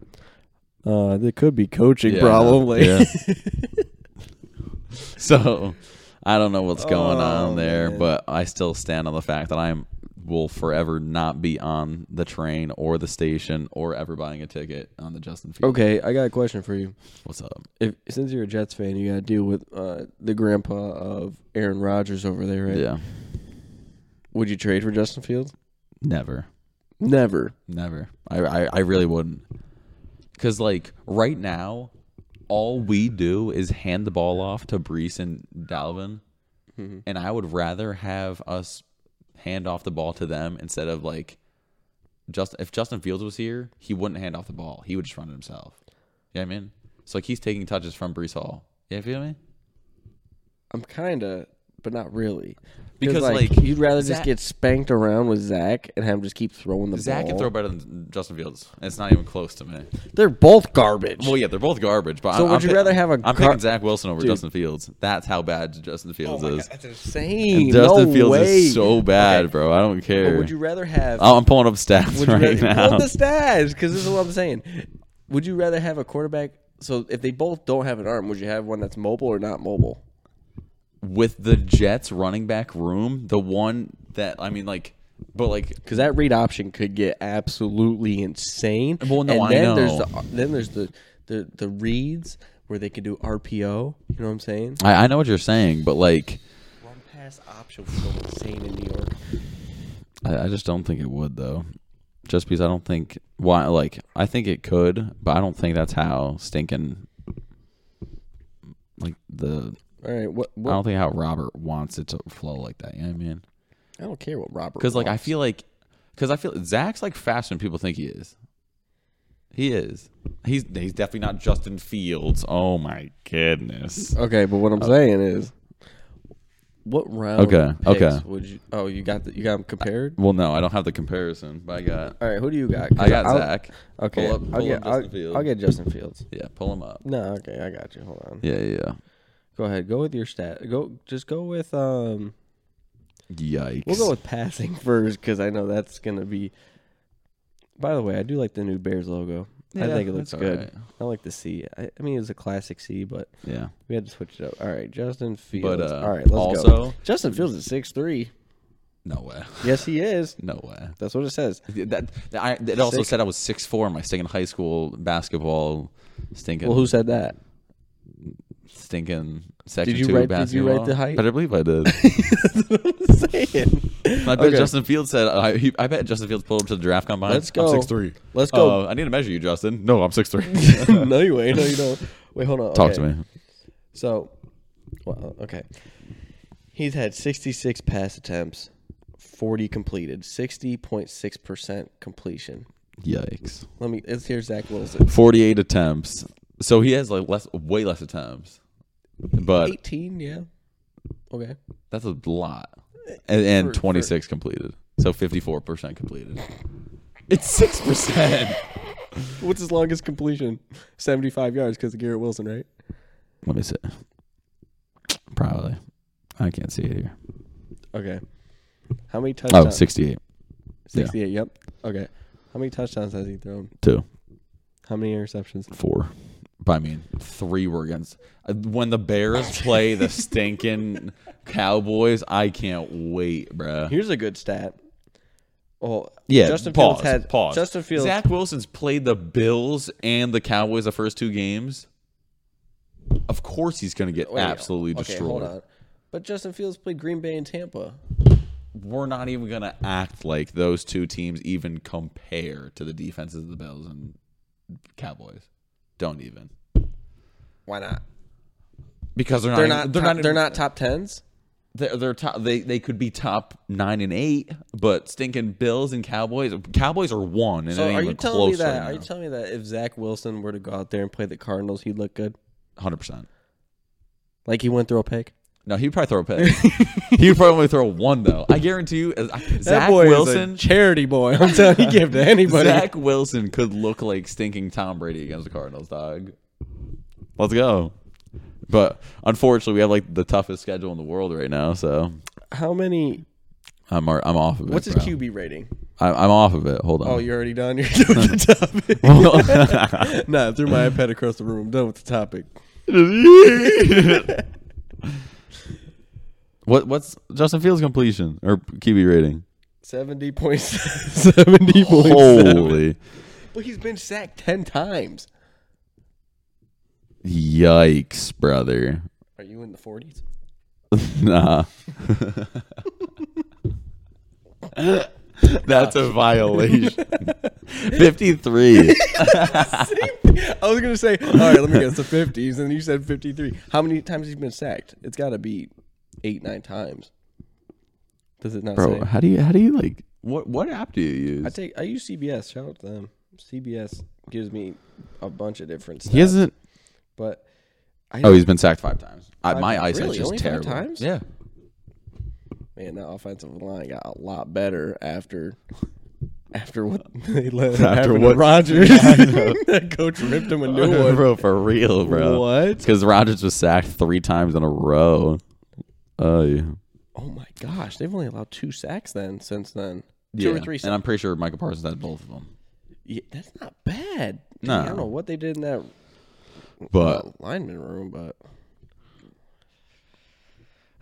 S1: uh, there could be coaching
S2: Yeah,
S1: problem. Like,
S2: yeah. So I don't know what's going
S1: Oh,
S2: on there,
S1: man.
S2: but I still stand on the fact that I am will forever not be on the train or the station or ever buying a ticket on the Justin Fields.
S1: okay, I got a question for you.
S2: What's up?
S1: If since you're a Jets fan, you got to deal with uh, the grandpa of Aaron Rodgers over there, right?
S2: Yeah.
S1: Would you trade for Justin Fields?
S2: Never.
S1: Never.
S2: Never. I I, I really wouldn't. Cause like right now, all we do is hand the ball off to Brees and Dalvin, and I would rather have us hand off the ball to them instead of like just if Justin Fields was here, he wouldn't hand off the ball. He would just run it himself. You know what I mean? So like he's taking touches from Brees Hall. Yeah, you feel me?
S1: I'm kind of, but not really.
S2: Because, like,
S1: you'd rather just
S2: Zach-
S1: get spanked around with Zach and have him just keep throwing the
S2: Zach
S1: ball.
S2: can throw better than Justin Fields. and It's not even close to me.
S1: They're both garbage.
S2: Well, yeah, they're both garbage. But
S1: So
S2: I'm,
S1: would
S2: I'm
S1: you
S2: pi-
S1: rather have a
S2: I'm
S1: gar-
S2: picking Zach Wilson over Justin Fields. That's how bad Justin Fields is.
S1: Oh that's insane.
S2: Justin
S1: no
S2: Fields
S1: way.
S2: is so bad, bro. I don't
S1: But
S2: care.
S1: would you rather have?
S2: I'm I'm pulling up stats
S1: would you
S2: right
S1: rather,
S2: now.
S1: Well, the stats, because this is what I'm saying. Would you rather have a quarterback? So if they both don't have an arm, would you have one that's mobile or not mobile?
S2: With the Jets running back room, the one that I mean, like, but like,
S1: Because that read option could get absolutely insane.
S2: Well, no,
S1: and
S2: I
S1: then there's
S2: know.
S1: the then there's the the the reads where they could do RPO. You know what I'm saying?
S2: I, I know what you're saying, but like,
S1: Run pass option was so insane in New York.
S2: I, I just don't think it would though. Just because I don't think why, like, I think it could, but I don't think that's how stinking, like the
S1: All right, what,
S2: I
S1: what
S2: don't think how Robert wants it to flow like that. You know what I mean?
S1: I don't care what Robert.
S2: Because like I
S1: wants.
S2: feel like, because I feel Zach's like faster than people think he is. He is. He's he's definitely not Justin Fields. Oh my goodness.
S1: Okay, but what I'm saying is, Oh. what round?
S2: Okay,
S1: picks
S2: okay.
S1: Would you? Oh, you got the, you got them compared.
S2: Well, no, I don't have the comparison, but I got
S1: All right, who do you got? 'Cause
S2: I got
S1: I'll-
S2: Zach.
S1: Okay,
S2: Pull up- pull
S1: I'll,
S2: up
S1: get,
S2: Justin
S1: I'll,
S2: Fields.
S1: I'll get Justin Fields.
S2: Yeah, pull him up.
S1: No, okay, I got you. Hold on.
S2: Yeah, yeah.
S1: Go ahead. Go with your stat. Go. Just go with. Um,
S2: yeah. Yikes.
S1: we'll go with passing first because I know that's gonna be. By the way, I do like the new Bears logo. I
S2: Yeah,
S1: think it looks
S2: that's
S1: good.
S2: alright.
S1: I like the C. I, I mean, it was a classic C, but
S2: yeah.
S1: we had to switch it up. All right, Justin Fields.
S2: But uh,
S1: All right, let's go.
S2: also,
S1: Justin Fields is six three.
S2: no way,
S1: Yes, he is.
S2: no way.
S1: That's what it says.
S2: That, that I, it also
S1: Six.
S2: said I was six four in my stinking high school basketball stinking.
S1: Well, who said that?
S2: stinking section
S1: Did you
S2: two
S1: write-
S2: basketball.
S1: did you write the height?
S2: But I believe I did.
S1: Saying.
S2: I bet
S1: Okay.
S2: Justin Fields said. I, he, I bet Justin Fields pulled up to the draft combine.
S1: Let's go.
S2: I'm 6'3".
S1: Let's go.
S2: Uh, I need to measure you, Justin. No, I'm six three.
S1: no, you ain't. No, you don't. Wait, hold on.
S2: Talk
S1: Okay.
S2: to me.
S1: So, well, uh, okay. He's had 66 pass attempts, 40 completed, 60.6% completion.
S2: Yikes.
S1: Let me, let's hear Zach Wilson.
S2: Forty eight attempts. So he has like less, way less attempts, but
S1: 18, yeah. Okay.
S2: that's a lot. And, and
S1: For- for-
S2: twenty six completed. So fifty four percent completed. It's six percent.
S1: What's his longest completion? 75 yards because of Garrett Wilson, right?
S2: Let me see. Probably. I can't see it here.
S1: Okay. How many touchdowns?
S2: Oh, 68.
S1: 68, yep. Okay. How many touchdowns has he thrown?
S2: Two.
S1: How many interceptions?
S2: four. But I mean, three were against. uh, When the Bears play the stinking Cowboys, I can't wait, bruh.
S1: Here's a good stat. Oh,
S2: Yeah,
S1: Justin
S2: pause,
S1: Fields had
S2: pause.
S1: Justin Fields.
S2: Zach Wilson's played the Bills and the Cowboys the first two games. Of course, he's going to get
S1: Wait,
S2: absolutely
S1: okay,
S2: destroyed.
S1: Hold on. But Justin Fields played Green Bay and Tampa.
S2: We're not even going to act like those two teams even compare to the defenses of the Bills and Cowboys. Don't even
S1: Why not?
S2: because they're not.
S1: They're
S2: even-
S1: not.
S2: They're
S1: top,
S2: not.
S1: they're
S2: even-
S1: not top tens.
S2: They're, they're top. They they could be top nine and eight, but stinking Bills and Cowboys. Cowboys are one, and
S1: So
S2: it ain't
S1: are you
S2: even
S1: telling me
S2: close
S1: that? Are
S2: right
S1: you telling me that if Zach Wilson were to go out there and play the Cardinals, he'd look good?
S2: Hundred percent.
S1: Like he went through a pick.
S2: No, he'd probably throw a pick. he'd probably only throw one though. I guarantee you, as- Zach Wilson.
S1: charity boy. I'm telling you, he give to anybody.
S2: Zach Wilson could look like stinking Tom Brady against the Cardinals, dog. Let's go. But unfortunately, we have like the toughest schedule in the world right now, so
S1: How many?
S2: I'm ar- I'm off of it.
S1: What's his
S2: bro.
S1: QB rating?
S2: I- I'm off of it. Hold
S1: Oh,
S2: on.
S1: you're already done. You're done with the topic. nah, I threw my iPad across the room. I'm done with the topic.
S2: what what's Justin Fields' completion or QB rating?
S1: Seventy point seventy point seven.
S2: Holy
S1: But he's been sacked ten times.
S2: yikes, brother!
S1: Are you in the forties?
S2: Nah. That's a violation. 53.
S1: I was gonna say, all right, let me guess the fifties, and you said fifty three. How many times has he been sacked? It's got to be eight, nine times. Does it not
S2: Bro,
S1: say?
S2: how do you how do you like what what app do you
S1: I
S2: use?
S1: take. I use CBS. Shout out to them. CBS gives me a bunch of different stuff.
S2: He hasn't
S1: but I
S2: Oh, he's been sacked 5 times. I,
S1: Five-
S2: my eyesight's
S1: really?
S2: just
S1: Only five
S2: terrible.
S1: times?
S2: Yeah.
S1: man, that offensive line got a lot better after. After what they let
S2: After
S1: after
S2: what-
S1: what Rogers, that coach ripped him a new one.
S2: bro, for real, bro.
S1: What?
S2: Cuz Rodgers was sacked 3 times in a row. Oh, yeah.
S1: Oh my gosh, they've only allowed two sacks then since then. Two
S2: yeah.
S1: or three
S2: And I'm pretty sure Michael Parsons had both of them.
S1: Yeah, that's not bad.
S2: No.
S1: I don't know what they did in that
S2: But
S1: uh, lineman room, but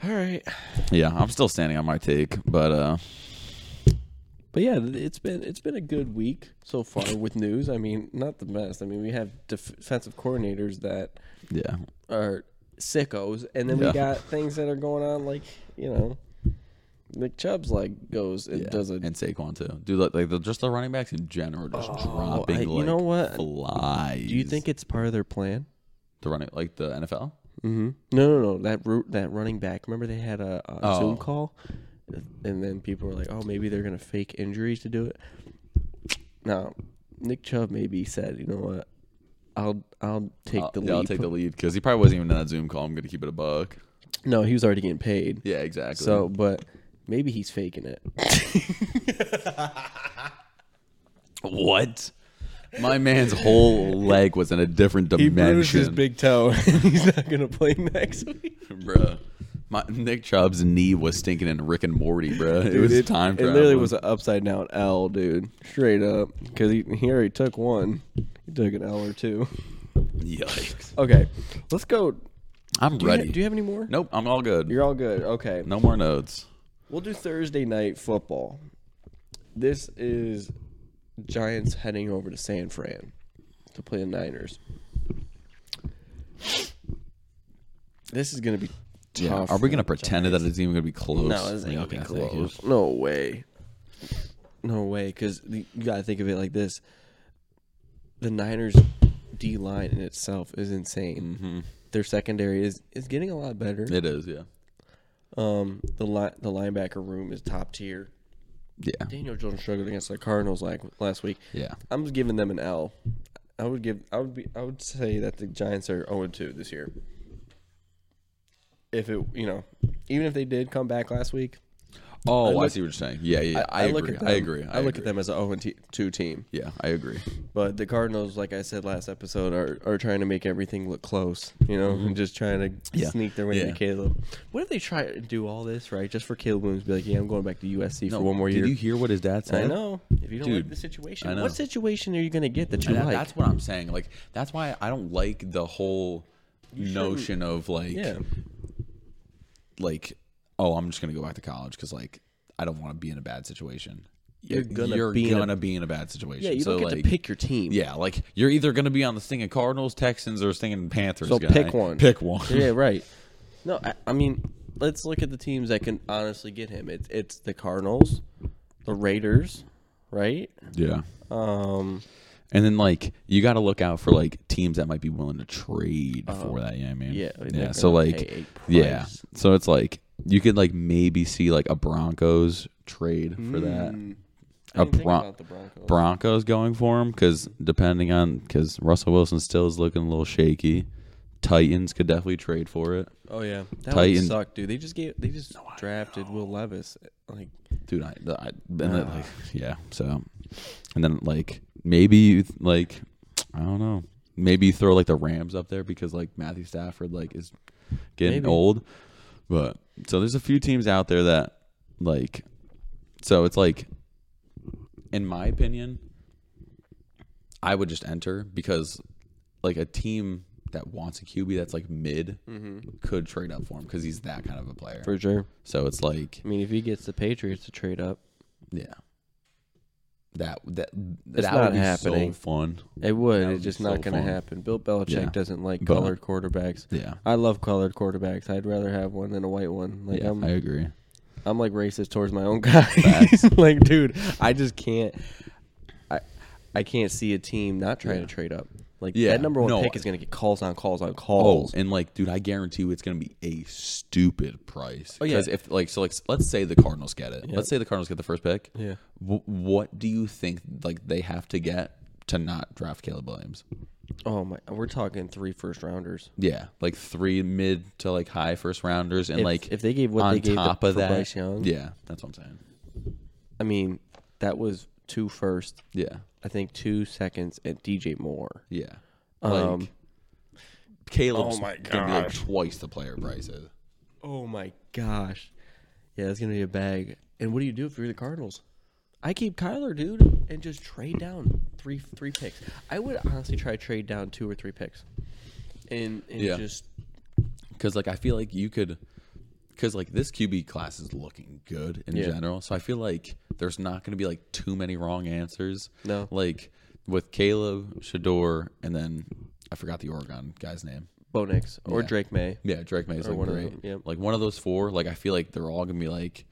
S1: all right.
S2: yeah, I'm still standing on my take, but uh
S1: But yeah, th- it's been it's been a good week so far with news. I mean, not the best. I mean, we have def- defensive coordinators that
S2: yeah.
S1: are sickos, and then
S2: Yeah.
S1: we got things that are going on like you know, Nick Chubb's like goes and
S2: Yeah,
S1: does a
S2: and Saquon too. Dude, like, like the, just the running backs in general are just dropping.
S1: Oh, I- you
S2: like,
S1: know what?
S2: Flies.
S1: Do you think it's part of their plan?
S2: the running like the NFL?
S1: Mm-hmm. No, no, no. That root, that running back. Remember they had a, a
S2: Oh.
S1: Zoom call, and then people were like, "Oh, maybe they're gonna fake injuries to do it." Now, Nick Chubb maybe said, "You know what? I'll I'll take
S2: I'll-
S1: the
S2: Uh, yeah, I'll
S1: leap."
S2: take the lead because he probably wasn't even in that Zoom call. I'm gonna keep it a buck.
S1: no, he was already getting paid.
S2: Yeah, exactly.
S1: So, but maybe he's faking it.
S2: what? My man's whole leg was in a different dimension,
S1: big toe. he's not gonna play next week.
S2: bruh. My, Nick Chubb's knee was stinking in Rick and Morty, bruh. it was time for
S1: It literally was an upside down L, dude. Straight up, because he he already took one. He took an L or two.
S2: Yikes!
S1: Okay, let's go.
S2: I'm
S1: Do you,
S2: ready.
S1: ha- do you have any more?
S2: nope, I'm all good.
S1: You're all good. Okay.
S2: no more nodes.
S1: We'll do Thursday night football. This is Giants heading over to San Fran to play the Niners. This is going to be
S2: Yeah.
S1: tough.
S2: Are we gonna pretend that it's even gonna be close?
S1: No, this ain't
S2: Like,
S1: going to
S2: okay,
S1: be
S2: thank you.
S1: close. No way. No way. Because you got to think of it like this the Niners D line in itself is insane. Their secondary is, is getting a lot better.
S2: It is, yeah.
S1: Um, the li- the linebacker room is top tier.
S2: Yeah.
S1: Daniel Jones struggled against the Cardinals like last week.
S2: Yeah.
S1: I'm just giving them an L. I would give. I would be. I would say that the Giants are 0 2 this year. If it, you know, even if they did come back last week,
S2: Oh, I,
S1: look-
S2: see what you're saying. Yeah, yeah, yeah. I, agree.
S1: look at them,
S2: I agree.
S1: I, look at them as a 0 2 team.
S2: Yeah, I agree.
S1: But the Cardinals, like I said last episode, are, are trying to make everything look close, you know, and just trying to
S2: Mm-hmm. Yeah.
S1: sneak their way
S2: Yeah.
S1: into Caleb. What if they try to do all this, right? Just for Caleb Williams, be like, yeah, I'm going back to USC for one more year.
S2: Did you hear what his dad said?
S1: I know. If you don't
S2: Dude,
S1: like the situation,
S2: I know.
S1: what situation are you going to get that you
S2: And that-
S1: like?
S2: That's what I'm saying. Like that's why I don't like the whole notion of like
S1: yeah.
S2: like oh, I'm just going to go back to college cuz like I don't want to be in a bad situation.
S1: You're gonna
S2: you're
S1: be in a-
S2: gonna be in a bad situation.
S1: Yeah, you
S2: so
S1: don't get
S2: like
S1: to pick your team.
S2: yeah, like you're either gonna be on the stinging Cardinals, Texans, or stinging Panthers.
S1: So
S2: guy.
S1: pick one.
S2: Pick one.
S1: Yeah, right. No, I, I mean, let's look at the teams that can honestly get him. It's it's the Cardinals, the Raiders, right?
S2: yeah.
S1: Um,
S2: And then like you got to look out for like teams that might be willing to trade for that. You know what I mean?
S1: Oh, yeah, they're
S2: Yeah. So
S1: gonna
S2: like,
S1: pay a
S2: yeah.
S1: price.
S2: So it's like You could like maybe see like a Broncos trade for that.
S1: Hmm.
S2: A Bron- Broncos going for him because depending on because Russell Wilson still is looking a little shaky. Titans could definitely trade for it,
S1: Oh yeah, that would
S2: Titan-
S1: suck, dude. They just gave they just drafted Will Levis. Like
S2: dude. I, I and then, like yeah. So and then like maybe you like I don't know. Maybe you throw like the Rams up there because like Matthew Stafford like is getting
S1: Maybe.
S2: old. But so there's a few teams out there that like so it's like in my opinion I would just enter because like a team that wants a QB that's like mid could trade up for him because he's that kind of a player.
S1: for sure.
S2: so it's like
S1: I mean, if he gets the Patriots to trade up,
S2: yeah. That that
S1: It's
S2: that
S1: not
S2: would be
S1: happening.
S2: so fun.
S1: it would.
S2: That would
S1: it's just
S2: be
S1: not
S2: so
S1: going to
S2: fun.
S1: happen. Bill Belichick
S2: Yeah.
S1: doesn't like
S2: But-
S1: colored quarterbacks.
S2: Yeah.
S1: I love colored quarterbacks. I'd rather have one than a white one. Like
S2: yeah,
S1: I'm,
S2: I agree.
S1: I'm like racist towards my own guys. like, dude, I just can't. I, I can't see a team not trying to trade up. Like
S2: Yeah,
S1: that number one
S2: no,
S1: pick is going to get calls on calls on
S2: Oh,
S1: calls.
S2: and like, dude, I guarantee you, it's gonna be a stupid price.
S1: yeah.
S2: Because if like, so like, let's say the Cardinals get it. Let's say the Cardinals get the first pick.
S1: Yeah.
S2: Wh- what do you think like they have to get to not draft Caleb Williams?
S1: Oh my, we're talking three first rounders.
S2: Yeah, like three mid to like high first rounders, and
S1: If-
S2: like
S1: if they gave what
S2: on
S1: they gave the-
S2: top of
S1: for
S2: that,
S1: Bryce Young.
S2: yeah, that's what I'm saying.
S1: I mean, that was two first,
S2: Yeah,
S1: I think two seconds, and DJ Moore.
S2: yeah.
S1: Um,
S2: like Caleb's
S1: oh my
S2: gonna be like
S1: gosh.
S2: twice the player Bryce is.
S1: Oh my gosh. Yeah, that's gonna be a bag. And what do you do if you're the Cardinals? I keep Kyler, dude, and just trade down three three picks. I would honestly try to trade down two or three picks. And and
S2: Yeah.
S1: just
S2: because like I feel like you could, because like this QB class is looking good in
S1: Yeah.
S2: general. So I feel like there's not going to be like too many wrong answers.
S1: No.
S2: like with Caleb Shador and then I forgot the Oregon guy's name.
S1: Bo Nix or
S2: Yeah.
S1: Drake May.
S2: Yeah, Drake May is like
S1: one of
S2: great.
S1: them, yeah.
S2: Like one of those four. Like I feel like they're all gonna be like,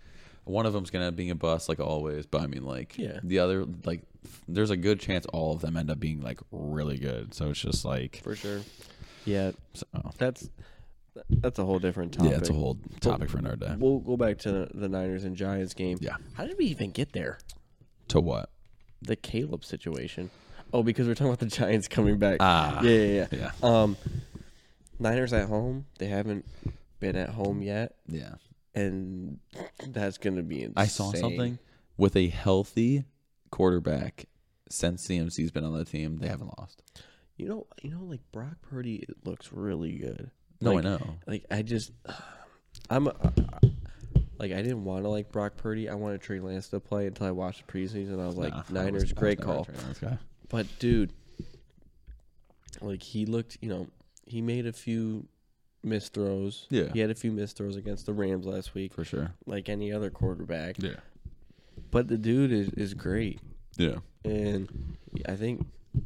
S2: one of them's gonna be a bust like always. But I mean like
S1: Yeah.
S2: the other like there's a good chance all of them end up being like really good. So it's just like
S1: For sure. Yeah.
S2: so,
S1: That's that's a whole different topic.
S2: yeah, it's a whole topic for another day.
S1: We'll go back to the Niners and Giants game.
S2: Yeah.
S1: How did we even get there?
S2: To what?
S1: The Caleb situation. Oh, because we're talking about the Giants coming back.
S2: Ah.
S1: yeah, yeah, yeah.
S2: Yeah.
S1: Um, Niners at home. They haven't been at home yet,
S2: Yeah.
S1: and that's gonna be insane.
S2: I saw something with a healthy quarterback since CMC's been on the team, they haven't lost.
S1: You know, you know, like Brock Purdy looks really good.
S2: No,
S1: Like-
S2: I know.
S1: Like I just, I'm a- like I didn't want to like Brock Purdy. I wanted Trey Lance to play until I watched preseason. I was like,
S2: Nah, Ah, I was-
S1: Niners,
S2: I was
S1: great
S2: never a
S1: call.
S2: Trey Lance guy.
S1: But dude, like he looked, you know, he made a few missed throws.
S2: Yeah.
S1: He had a few missed throws against the Rams last week,
S2: For sure.
S1: like any other quarterback.
S2: Yeah.
S1: But the dude is, is great.
S2: Yeah.
S1: And I think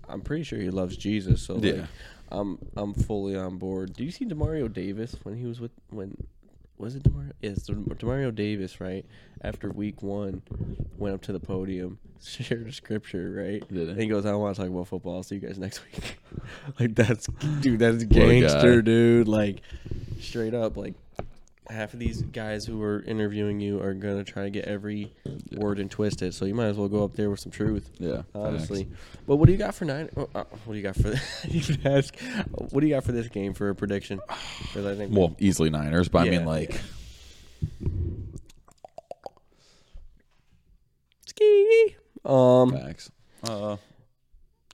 S1: I'm pretty sure he loves Jesus, so like
S2: Yeah.
S1: I'm I'm fully on board. Did you see Demario Davis when he was with when was it Demario? Yes, Demario Davis, right? After week one, went up to the podium, shared a scripture, right?
S2: Did he?
S1: And he goes, "I don't want to talk about football. I'll see you guys next week." like that's dude, that's
S2: guy.
S1: gangster, dude. Like straight up, like half of these guys who are interviewing you are gonna try to get every word and twist it. So you might as well go up there with some truth.
S2: Yeah.
S1: Honestly, but what do you got for nine? oh, uh, What do you got for? you should ask. What do you got for this game for a prediction? 'Cause I think
S2: Well, easily Niners, but I
S1: Yeah.
S2: mean like
S1: ski. Um,
S2: facts. Uh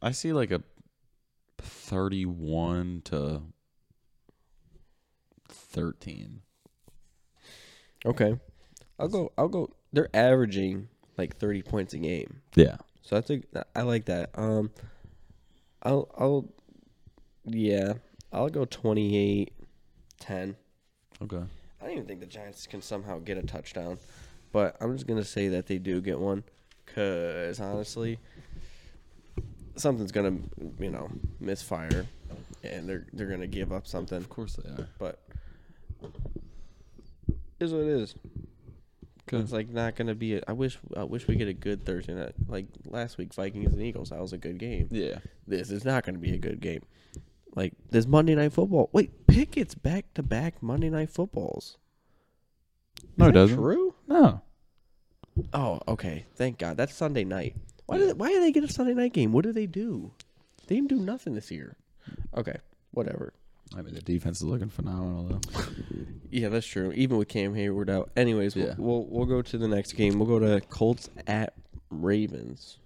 S2: I see like a thirty one to thirteen.
S1: okay, I'll go. I'll go. They're averaging like thirty points a game,
S2: Yeah.
S1: so that's a. I like that. Um, I'll. I'll. Yeah, I'll go 28-10.
S2: Okay.
S1: I don't even think the Giants can somehow get a touchdown, but I'm just gonna say that they do get one, cause honestly, something's gonna you know misfire, and they're they're gonna give up something.
S2: Of course they are.
S1: But it is what it is. It's
S2: Okay.
S1: like not gonna be. A, I wish I wish we get a good Thursday night. Like last week, Vikings and Eagles, that was a good game.
S2: Yeah.
S1: This is not gonna be a good game. Like this Monday night football. Wait, Pickett's back to back Monday night footballs.
S2: No,
S1: Is
S2: it
S1: that
S2: doesn't.
S1: True.
S2: No.
S1: Oh, okay. Thank God. That's Sunday night. Why did why did they get a Sunday night game? What do they do? They didn't do nothing this year. Okay, whatever.
S2: I mean, the defense is looking phenomenal though.
S1: Yeah, that's true. Even with Cam Hayward out. Anyways,
S2: Yeah.
S1: we'll, we'll we'll go to the next game. We'll go to Colts at Ravens.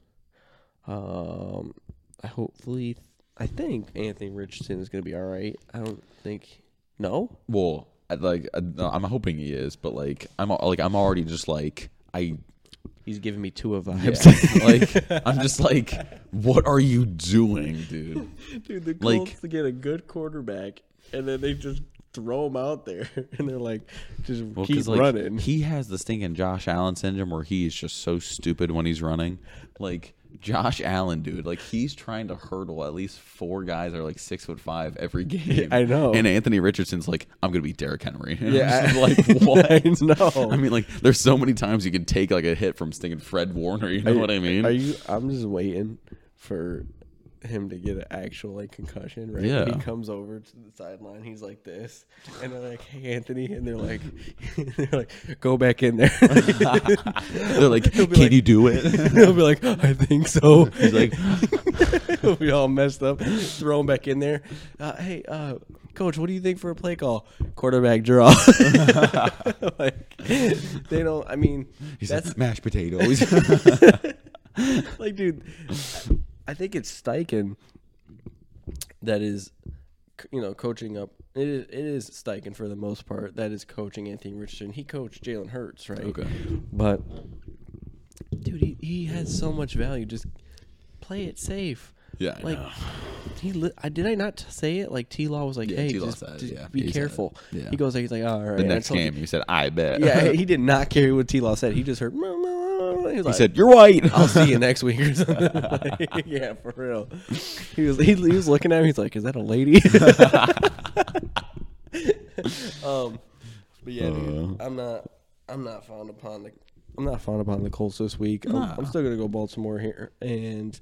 S1: Um, I hopefully I think Anthony Richardson is going to be all right. I don't think no.
S2: Well, I- like I- no, I'm hoping he is, but like I'm al- like I'm already just like I
S1: He's giving me two of
S2: yeah,
S1: vibes.
S2: like I'm just like what are you doing, dude?
S1: Dude, the
S2: Like-
S1: Colts to get a good quarterback, and then they just throw him out there, and they're like, just
S2: Well, 'cause,
S1: keep
S2: like,
S1: running.
S2: He has this thing in Josh Allen syndrome where he is just so stupid when he's running. Like Josh Allen, dude, like he's trying to hurdle at least four guys that are like six foot five every game.
S1: I know.
S2: And Anthony Richardson's like, I'm gonna be Derrick Henry. And I'm
S1: Yeah,
S2: just
S1: I-
S2: like what?
S1: I know.
S2: I mean, like, there's so many times you can take like a hit from stinging Fred Warner. You know what I mean?
S1: Are you? I'm just waiting for him to get an actual like concussion. Right?
S2: Yeah.
S1: He comes over to the sideline. He's like this, and they're like, "Hey, Anthony," and they're like, "They're like, go back in there."
S2: They're like,
S1: He'll
S2: can
S1: be like-
S2: you do it?
S1: He'll be like, "I think so."
S2: He's like,
S1: He'll be all messed up. Throw him back in there. Uh, hey, uh, coach, what do you think for a play call? Quarterback draw. like they don't. I mean,
S2: he's
S1: that's
S2: like, mashed potatoes.
S1: like, dude. I think it's Steichen that is, you know, coaching up. It is, it is Steichen for the most part that is coaching Anthony Richardson. He coached Jalen Hurts, right?
S2: okay.
S1: But dude, he, he has so much value. Just play it safe.
S2: Yeah. I
S1: Like
S2: know.
S1: he, li- I, did I not t- say it? Like T Law was like,
S2: Yeah,
S1: "Hey,
S2: T-Law
S1: just,
S2: said it,
S1: just
S2: yeah.
S1: be
S2: He said it,
S1: careful."
S2: yeah.
S1: He goes like, "He's like, all right."
S2: the
S1: I
S2: next
S1: told you."
S2: game, you said, I bet.
S1: yeah, he did not carry what T Law said. He just heard. "Meow, meow," He, was
S2: he
S1: like,
S2: said, you're white.
S1: "I'll see you next week or something." Like, yeah, for real. He was he, he was looking at me. He's like, "Is that a lady?" um, but yeah, dude, I'm not. I'm not fond upon the. I'm not fond upon the Colts this week. I'm, I'm still gonna go Baltimore here, and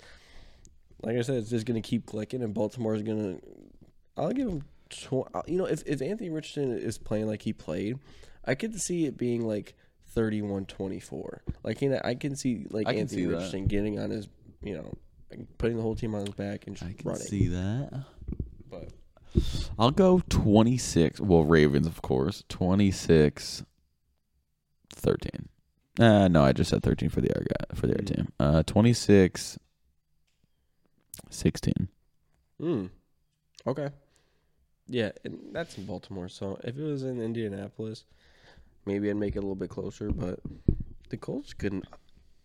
S1: like I said, it's just gonna keep clicking, and Baltimore's gonna. I'll give him. Tw- I'll- you know, if if Anthony Richardson is playing like he played, I could see it being like 31-24. Like you know, I can see like
S2: I can
S1: Anthony
S2: see that.
S1: Richardson getting on his, you know, putting the whole team on his back and just
S2: I can
S1: running.
S2: see that.
S1: But
S2: I'll go 26. Well, Ravens, of course. 26 13. Uh, no, I just said 13 for the other guy, for the other
S1: Mhm.
S2: team. Uh, 26 16.
S1: Mm. Okay. Yeah, and that's in Baltimore. So if it was in Indianapolis, maybe I'd make it a little bit closer. But the Colts couldn't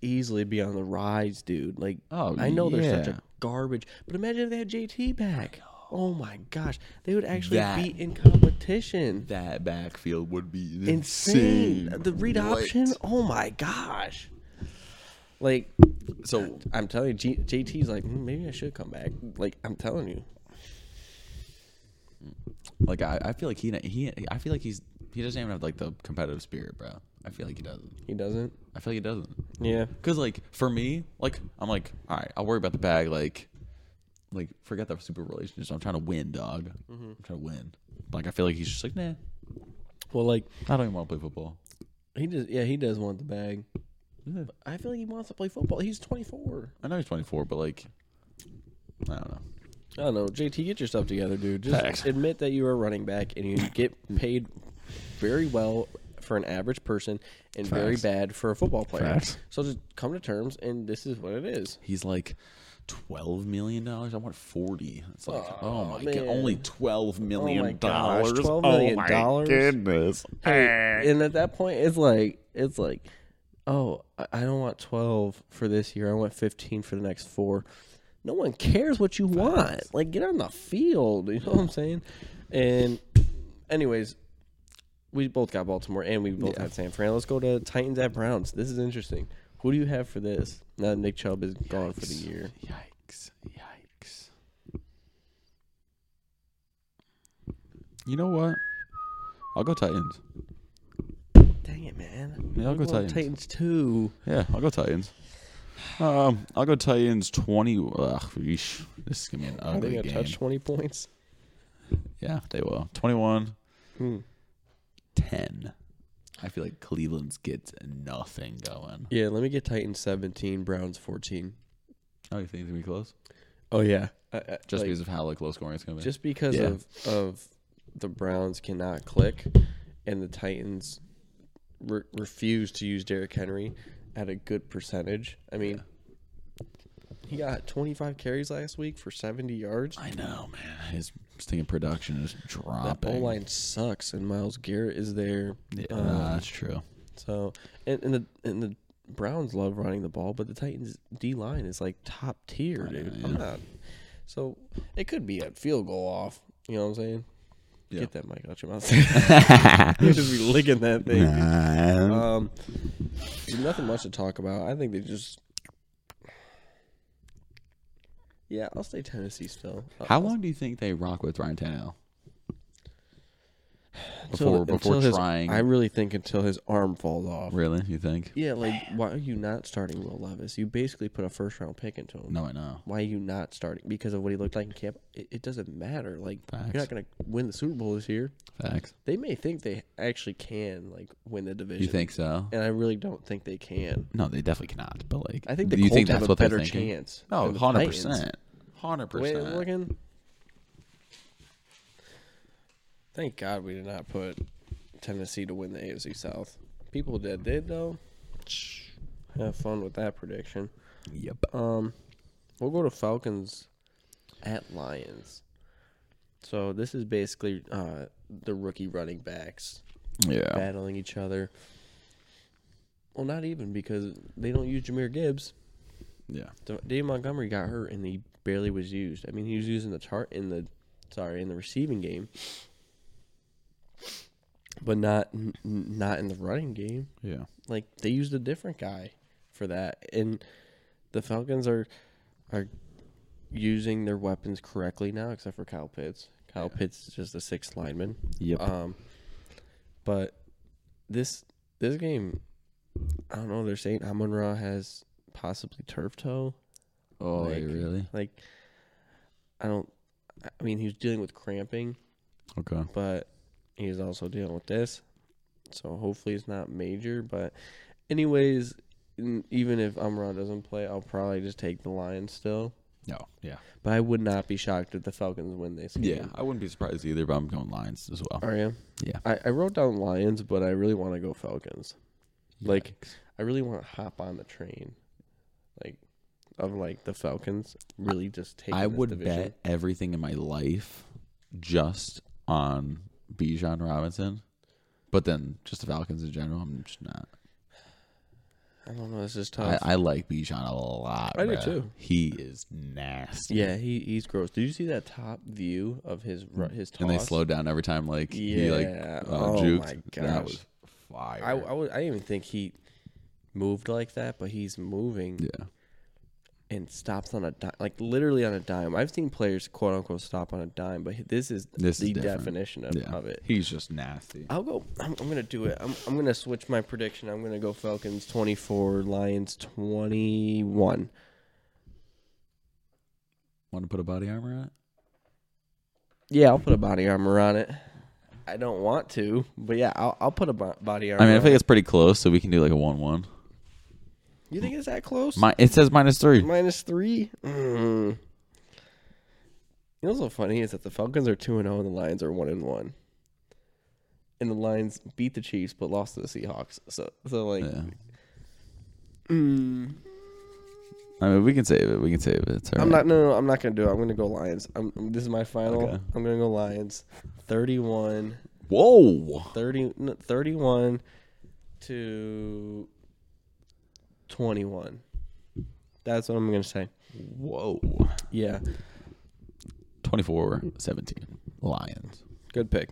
S1: easily be on the rise, dude. Like
S2: Oh,
S1: I know they're such
S2: yeah.
S1: a garbage, but imagine if they had JT back. Oh my gosh, they would actually
S2: That-
S1: be in competition.
S2: That backfield would be
S1: Insane. The read option. Oh my gosh. Like
S2: So
S1: I'm telling you, G- JT's like "Hmm, maybe I should come back. Like I'm telling you.
S2: like I, I feel like he he I feel like he's he doesn't even have like the competitive spirit, bro. I feel like he doesn't.
S1: He doesn't.
S2: I feel like he doesn't.
S1: Yeah.
S2: Cause like for me, like I'm like, all right, I'll worry about the bag. Like, like forget the super relationships. I'm trying to win, dog. I'm trying to win. Like I feel like he's just like, nah,
S1: Well, like
S2: I don't even want to play football.
S1: he does. Yeah, he does want the bag.
S2: Yeah.
S1: But I feel like he wants to play football. He's 24.
S2: I know he's 24, but like, I don't know.
S1: I don't know. JT, get your stuff together, dude. Just
S2: Facts.
S1: admit that you are a running back and you get paid very well for an average person and very
S2: Facts.
S1: bad for a football player.
S2: Facts.
S1: So just come to terms and this is what it is.
S2: He's like. Twelve million dollars. I want forty. It's like, oh,
S1: Oh,
S2: my
S1: man.
S2: god, only twelve
S1: my
S2: million
S1: gosh,
S2: dollars.
S1: $12
S2: oh
S1: million
S2: my
S1: dollars?
S2: goodness.
S1: Hey, and at that point, it's like it's like, oh, I- I don't want 12 for this year. I want 15 for the next four. No one cares what you want. Like, get on the field. You know what I'm saying? And, anyways, we both got Baltimore and we both got San Fran. Let's go to Titans at Browns. This is interesting. Who do you have for this? Now that Nick Chubb is gone for the year.
S2: Yikes. Yikes. You know what? I'll go Titans.
S1: Dang it, man.
S2: Yeah, I'll go
S1: We're going
S2: Titans.
S1: Titans too.
S2: Yeah, I'll go Titans. Um, I'll go Titans twenty. Ugh, yeesh. this is gonna be an
S1: Are they
S2: ugly
S1: gonna
S2: game.
S1: touch 20 points?
S2: Yeah, they will. 21,
S1: Hmm.
S2: 10. I feel like Cleveland's gets nothing going.
S1: Yeah, let me get Titans 17, Browns 14.
S2: Oh, you think it's gonna be close?
S1: Oh yeah. I, I,
S2: Just
S1: like,
S2: because of how like low scoring it's gonna be.
S1: just because
S2: Yeah.
S1: of of the Browns cannot click and the Titans re- refuse to use Derrick Henry at a good percentage. I mean, he got 25 carries last week for 70 yards.
S2: I know, man. His stinking production is
S1: That
S2: dropping.
S1: O line sucks, and Miles Garrett is there.
S2: yeah,
S1: Um,
S2: nah, that's true.
S1: So and, and the and the Browns love running the ball, but the Titans D line is like top tier, dude. I'm not. So it could be a field goal off. You know what I'm saying?
S2: Yeah.
S1: Get that mic out your mouth. you just be licking that thing. dude. Um, there's nothing much to talk about. I think they just. Yeah, I'll stay Tennessee still. Uh,
S2: How long do you think they rock with Ryan Tannehill? Before
S1: until-
S2: before
S1: until his-
S2: trying,
S1: I really think until his arm falls off.
S2: really? You think?
S1: Yeah, like why are you not starting Will Levis? You basically put a first round pick into him.
S2: No, I know.
S1: Why are you not starting? Because of what he looked like in camp. It, it doesn't matter. Like
S2: Facts.
S1: you're not gonna win the Super Bowl this year.
S2: Facts.
S1: They may think they actually can like win the division.
S2: You think so?
S1: And I really don't think they can.
S2: No, they definitely cannot. But like,
S1: I think the
S2: do you
S1: Colts
S2: think
S1: have
S2: that's
S1: a
S2: what they're
S1: better
S2: thinking?
S1: chance.
S2: No,
S1: than the
S2: hundred
S1: Titans.
S2: percent, hundred
S1: The way
S2: percent.
S1: they're looking. Thank God we did not put Tennessee to win the AFC South. People that did though, have fun with that prediction.
S2: Yep.
S1: Um, we'll go to Falcons at Lions. So this is basically uh, the rookie running backs
S2: Yeah.
S1: battling each other. Well, not even because they don't use Jameer Gibbs.
S2: Yeah.
S1: D- Dave Montgomery got hurt and he barely was used. I mean, he was using the chart in the sorry in the receiving game, but not n- n- not in the running game.
S2: Yeah.
S1: Like they used a different guy for that, and the Falcons are are using their weapons correctly now, except for Kyle Pitts. Kyle Pitts is just a sixth lineman.
S2: Yep.
S1: Um, but this this game, I don't know. They're saying Amon Ra has possibly turf toe.
S2: oh,
S1: like-
S2: wait, really?
S1: Like, I don't. I mean, he was dealing with cramping,
S2: Okay.
S1: but he's also dealing with this. So hopefully it's not major. But, anyways, n- even if Amron doesn't play, I'll probably just take the Lions still.
S2: No. Yeah.
S1: But I would not be shocked if the Falcons win this game.
S2: Yeah. I wouldn't be surprised either, but I'm going lines as well.
S1: Are you?
S2: Yeah.
S1: I, I wrote down Lions, but I really want to go Falcons. Like,
S2: Yikes.
S1: I really want to hop on the train, like, of like the Falcons really just take.
S2: I would bet everything in my life just on Bijan Robinson, but then just the Falcons in general. I'm just not.
S1: I don't know. This is
S2: I,
S1: tough.
S2: I like Bijan a lot.
S1: I do
S2: bruh.
S1: too.
S2: He is nasty.
S1: yeah, he he's gross. Did you see that top view of his ru- his toss?
S2: Mm. And they slowed down every time, like he like
S1: Yeah.
S2: uh,
S1: Oh
S2: juked.
S1: my
S2: That
S1: gosh.
S2: was fire.
S1: I I, would, I didn't even think he moved like that, but he's moving
S2: yeah,
S1: and stops on a dime, like literally on a dime. I've seen players quote unquote stop on a dime, but this is
S2: This is
S1: the
S2: different.
S1: definition of,
S2: yeah.
S1: of it.
S2: He's just nasty.
S1: I'll go. I'm, I'm gonna do it. I'm, I'm gonna switch my prediction. I'm gonna go Falcons 24, Lions 21.
S2: Want to put a body armor on it?
S1: Yeah, I'll put a body armor on it. I don't want to, but yeah, I'll, I'll put a bo- body armor.
S2: I mean, I
S1: on
S2: think
S1: it.
S2: it's pretty close, so we can do like a one-one.
S1: you think it's that close?
S2: My it says minus three.
S1: Minus three. Mm. You know what's so funny is that the Falcons are two and zero, and the Lions are one and one. And the Lions beat the Chiefs but lost to the Seahawks. So, so like,
S2: Yeah.
S1: mm,
S2: I mean, we can save it. We can save it. It's all
S1: I'm
S2: right.
S1: not. No, no, I'm not gonna do it. I'm gonna go Lions. I'm, I'm- this is my final.
S2: Okay.
S1: I'm gonna go Lions. 31,
S2: Whoa.
S1: 30, no, 31 to 21. That's what I'm gonna say.
S2: Whoa.
S1: Yeah,
S2: 24 17. Lions.
S1: good pick.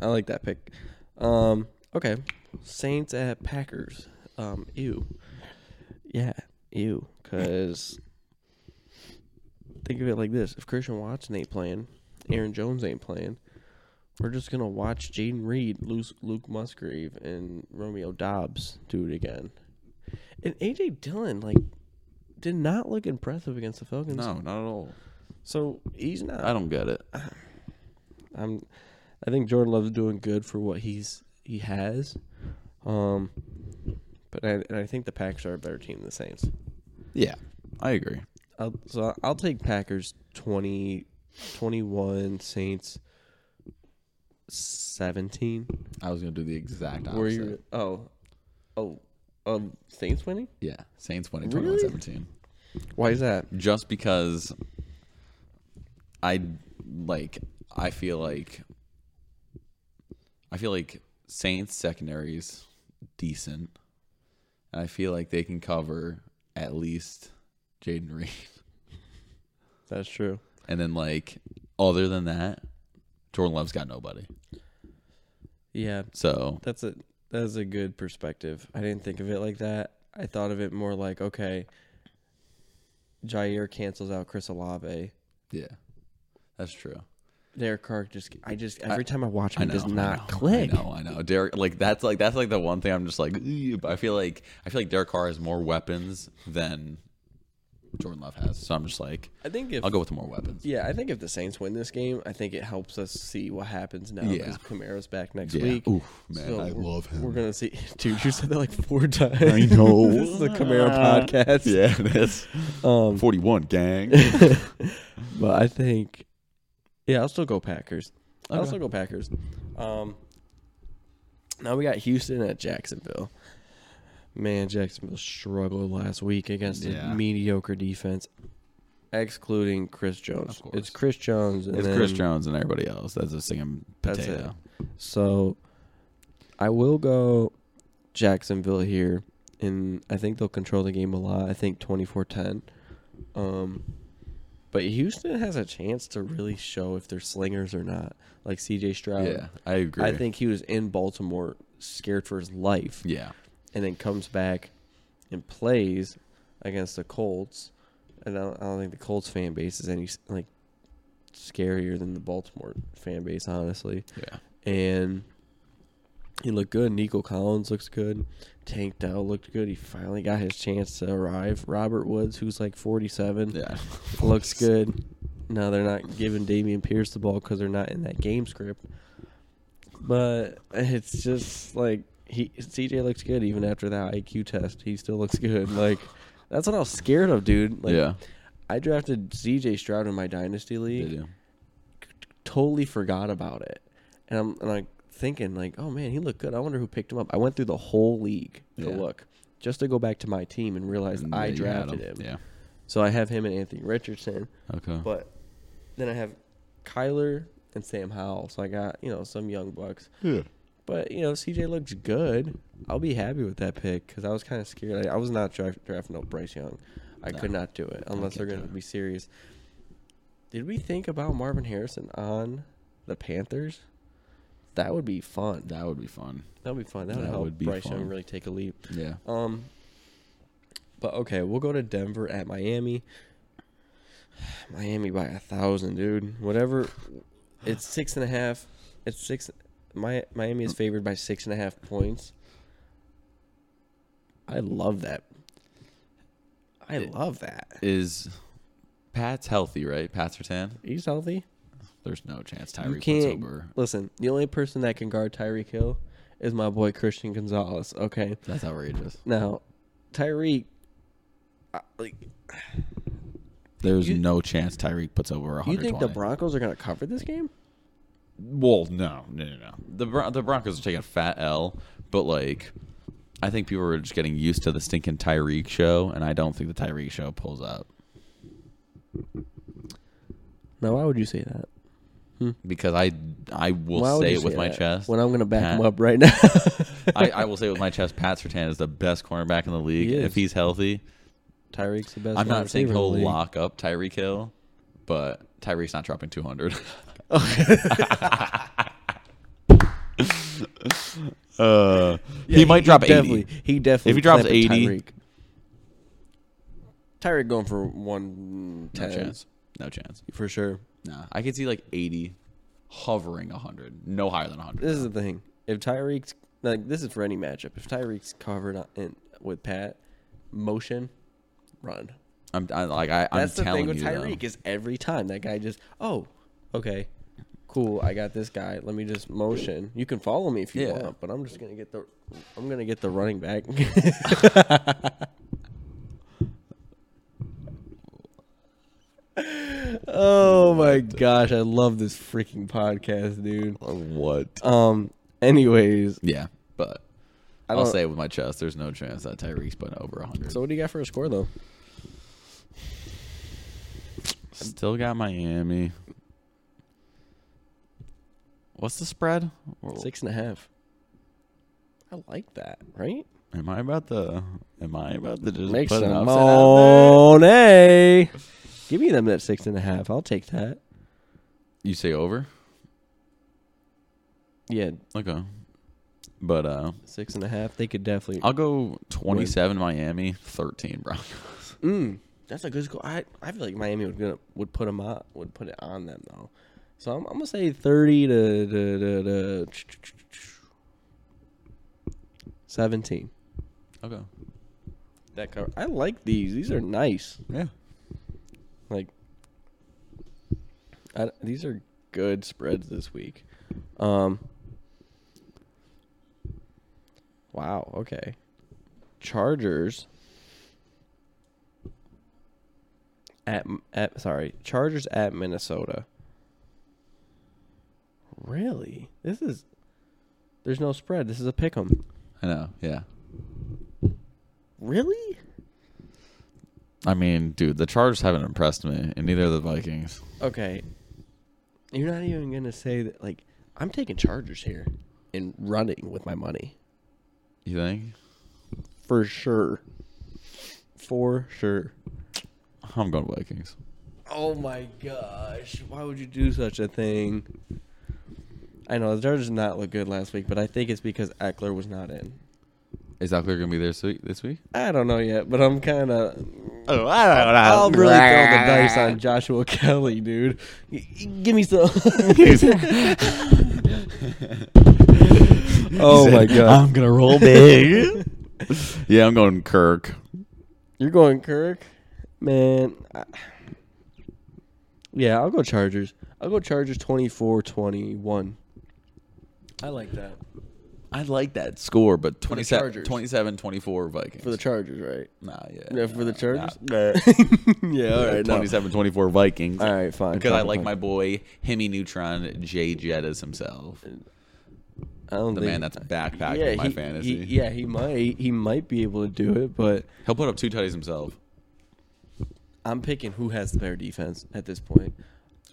S1: I like that pick. Um, okay, Saints at Packers. Um, ew. Yeah, ew. Cause think of it like this: if Christian Watson ain't playing, Aaron Jones ain't playing, we're just gonna watch Jaden Reed lose Luke Musgrave and Romeo Dobbs do it again. And AJ Dillon like did not look impressive against the Falcons.
S2: not at all.
S1: So he's not.
S2: I don't get it.
S1: I'm I think Jordan Love's doing good for what he's he has. Um, but I, and I think the Packers are a better team than the Saints.
S2: Yeah, I agree.
S1: I'll, so I'll take Packers 20, 21, Saints 17.
S2: I was gonna do the exact opposite.
S1: Were you, oh, oh, um, Saints winning?
S2: Yeah, Saints winning
S1: Really?
S2: 21-17.
S1: Why is that?
S2: Just because I like, I feel like, I feel like Saints secondaries decent, and I feel like they can cover at least Jaden Reed.
S1: That's true.
S2: And then like, other than that, Jordan Love's got nobody.
S1: Yeah,
S2: So
S1: That's a that's a good perspective. I didn't think of it like that. I thought of it more like okay, Jair cancels out Chris Olave.
S2: yeah, that's true.
S1: Derek Carr just I just every time I watch
S2: I
S1: him it
S2: know,
S1: does
S2: I
S1: not
S2: know,
S1: click.
S2: I know, I know. Derek, like that's like that's like the one thing I'm just like. "Ew," but I feel like I feel like Derek Carr has more weapons than Jordan Love has, so I'm just like,
S1: I think if
S2: I'll go with more weapons.
S1: yeah, I think if the Saints win this game, I think it helps us see what happens now because
S2: Yeah.
S1: Kamara's back next
S2: Yeah.
S1: week.
S2: Oof, man,
S1: So
S2: I
S1: we're-
S2: love him.
S1: We're gonna see, dude. You said that like four times.
S2: I know.
S1: this is a Camaro podcast.
S2: Yeah, that's
S1: Um,
S2: 41 gang.
S1: but I think, yeah, I'll still go Packers. I'll
S2: Okay.
S1: still go Packers. Um, now we got Houston at Jacksonville. Man, Jacksonville struggled last week against
S2: Yeah.
S1: a mediocre defense, excluding Chris Jones.
S2: course.
S1: It's Chris Jones. And
S2: it's Chris
S1: then-
S2: Jones and everybody else. That's a singing
S1: That's
S2: potato.
S1: So I will go Jacksonville here, and I think they'll control the game a lot. I think 24-10. Um, but Houston has a chance to really show if they're slingers or not. Like C.J. Stroud,
S2: Yeah, I agree.
S1: Um, I think he was in Baltimore scared for his life,
S2: Yeah,
S1: and then comes back and plays against the Colts. And I don't, I don't think the Colts fan base is any like scarier than the Baltimore fan base, honestly
S2: yeah,
S1: and he looked good. Nico Collins looks good. Tank Dell looked good. He finally got his chance to arrive. Robert Woods, who's like 47,
S2: yeah.
S1: looks good. No, they're not giving Damian Pierce the ball because they're not in that game script. But it's just like he CJ looks good even after that IQ test. He still looks good. Like that's what I was scared of, dude. Like
S2: yeah,
S1: I drafted CJ Stroud in my dynasty
S2: they
S1: league
S2: do.
S1: totally forgot about it. And I'm and like thinking like, oh man, he looked good. I wonder who picked him up. I went through the whole league to
S2: Yeah.
S1: look just to go back to my team and realize
S2: And
S1: I
S2: they had
S1: drafted him.
S2: Yeah.
S1: So I have him and Anthony Richardson,
S2: Okay.
S1: but then I have Kyler and Sam Howell. So I got you know some young bucks.
S2: yeah.
S1: But you know CJ looks good. I'll be happy with that pick because I was kind of scared. I, I was not draft, drafting up Bryce Young. I
S2: No.
S1: could not do it unless
S2: get
S1: they're going to
S2: that.
S1: be serious. Did we think about Marvin Harrison on the Panthers? That would be fun.
S2: That would be fun.
S1: That would be fun. That would
S2: That
S1: help
S2: would be
S1: Bryce Young
S2: fun.
S1: really take a leap.
S2: Yeah.
S1: Um, but okay, we'll go to Denver at Miami. Miami by a thousand, dude. Whatever. It's six and a half. It's six. My Miami is favored by six and a half points. I love that. I
S2: It-
S1: love that.
S2: Is Pat's healthy, right? Pat's Sertan?
S1: He's healthy.
S2: There's no chance
S1: You
S2: Tyreek wins
S1: can't
S2: over.
S1: listen. The only person that can guard Tyreek Hill is my boy Christian Gonzalez. Okay.
S2: That's outrageous.
S1: Now, Tyreek, I- like
S2: There's
S1: You-
S2: no chance Tyreek puts over
S1: You
S2: 120.
S1: think the Broncos are going to cover this game?
S2: Well, no, no, no, no. The Bron- the Broncos are taking a fat L, but like, I think people are just getting used to the stinking Tyreek show, and I don't think the Tyreek show pulls up
S1: Now, why would you say that?
S2: because I I will
S1: why would
S2: say
S1: you
S2: it with my
S1: that
S2: chest.
S1: When I'm going to back
S2: Pat-
S1: him up right now.
S2: I, I will say it with my chest. Pat Sertan is the best cornerback in the league.
S1: He is.
S2: if he's healthy,
S1: Tyreek's the best. wide
S2: I'm not saying
S1: receiver in the
S2: he'll
S1: league.
S2: lock up Tyreek Hill, but Tyreek's not dropping 200. uh,
S1: Yeah,
S2: he might drop 80.
S1: definitely, He definitely.
S2: If he drops
S1: clamping
S2: 80
S1: Tyreek. Tyreek going for one
S2: No
S1: ten
S2: chance. No chance.
S1: for sure.
S2: Nah, I could see like 80, hovering 100. No higher than 100.
S1: This is the thing. If Tyreek's like this is for any matchup. If Tyreek's covered on- in with Pat motion, run.
S2: I'm I, like I, I'm
S1: That's the thing
S2: telling
S1: with
S2: you. though.
S1: Tyreek is every time that guy just oh okay cool, I got this guy. Let me just motion. You can follow me if you
S2: Yeah.
S1: want, but I'm just gonna get the I'm gonna get the running back. oh my gosh, I love this freaking podcast, dude.
S2: What?
S1: Um anyways,
S2: Yeah, but
S1: I
S2: I'll
S1: don't-
S2: say it with my chest. There's no chance that Tyreek's putting over 100.
S1: so what do you got for a score though? um,
S2: Still got Miami. What's the spread? Or-
S1: Six and a half. I like that, right?
S2: Am I about the? Am I about to just
S1: Make
S2: put an
S1: some
S2: upset out there?
S1: money. Give me them at six and a half. I'll take that.
S2: You say over?
S1: Yeah,
S2: Okay, but uh,
S1: six and a half. They could definitely.
S2: I'll go 27 Miami, 13 Broncos.
S1: Mm, that's a good score. I I feel like Miami would gonna, would put them on would put it on them though. So I'm, I'm gonna say thirty to, to, to, to seventeen.
S2: Okay.
S1: That cover. I like these. These are nice.
S2: Yeah.
S1: Like, I, these are good spreads this week. Um. Wow. Okay. Chargers at at sorry Chargers at Minnesota. Really, this is there's no spread. This is a pick 'em.
S2: I know. Yeah.
S1: Really?
S2: I mean, dude, the Chargers haven't impressed me, and neither of the Vikings.
S1: Okay. You're not even going to say that, like, I'm taking Chargers here and running with my money.
S2: You think?
S1: For sure. For sure.
S2: I'm going Vikings.
S1: Oh my gosh. Why would you do such a thing? I know the Chargers did not look good last week, but I think it's because Eckler was not in.
S2: Is Eckler gonna be there this week? This week?
S1: I don't know yet, but I'm kind of.
S2: Oh, I don't know.
S1: I'll really throw the dice on Joshua Kelly, dude. Y- y- give me some. oh my god.
S2: I'm gonna roll big. yeah, I'm going Kirk.
S1: You're going Kirk, man. I, yeah, I'll go Chargers. I'll go Chargers 24-21. I like that
S2: I like that score, but 27,
S1: Chargers.
S2: 27 24 Vikings.
S1: for the Chargers, right?
S2: nah, yeah.
S1: Yeah, for the
S2: nah,
S1: Chargers.
S2: nah.
S1: yeah, all right, no.
S2: 27 24 Vikings.
S1: all right, fine.
S2: Because
S1: fine,
S2: I like
S1: fine.
S2: my boy, Hemi Neutron, Jay Jettis himself.
S1: I don't
S2: The
S1: think-
S2: man that's backpacking
S1: yeah,
S2: my
S1: he-
S2: fantasy.
S1: he- yeah, he might he might be able to do it, but
S2: He'll put up two tutties himself.
S1: I'm picking who has the better defense at this point.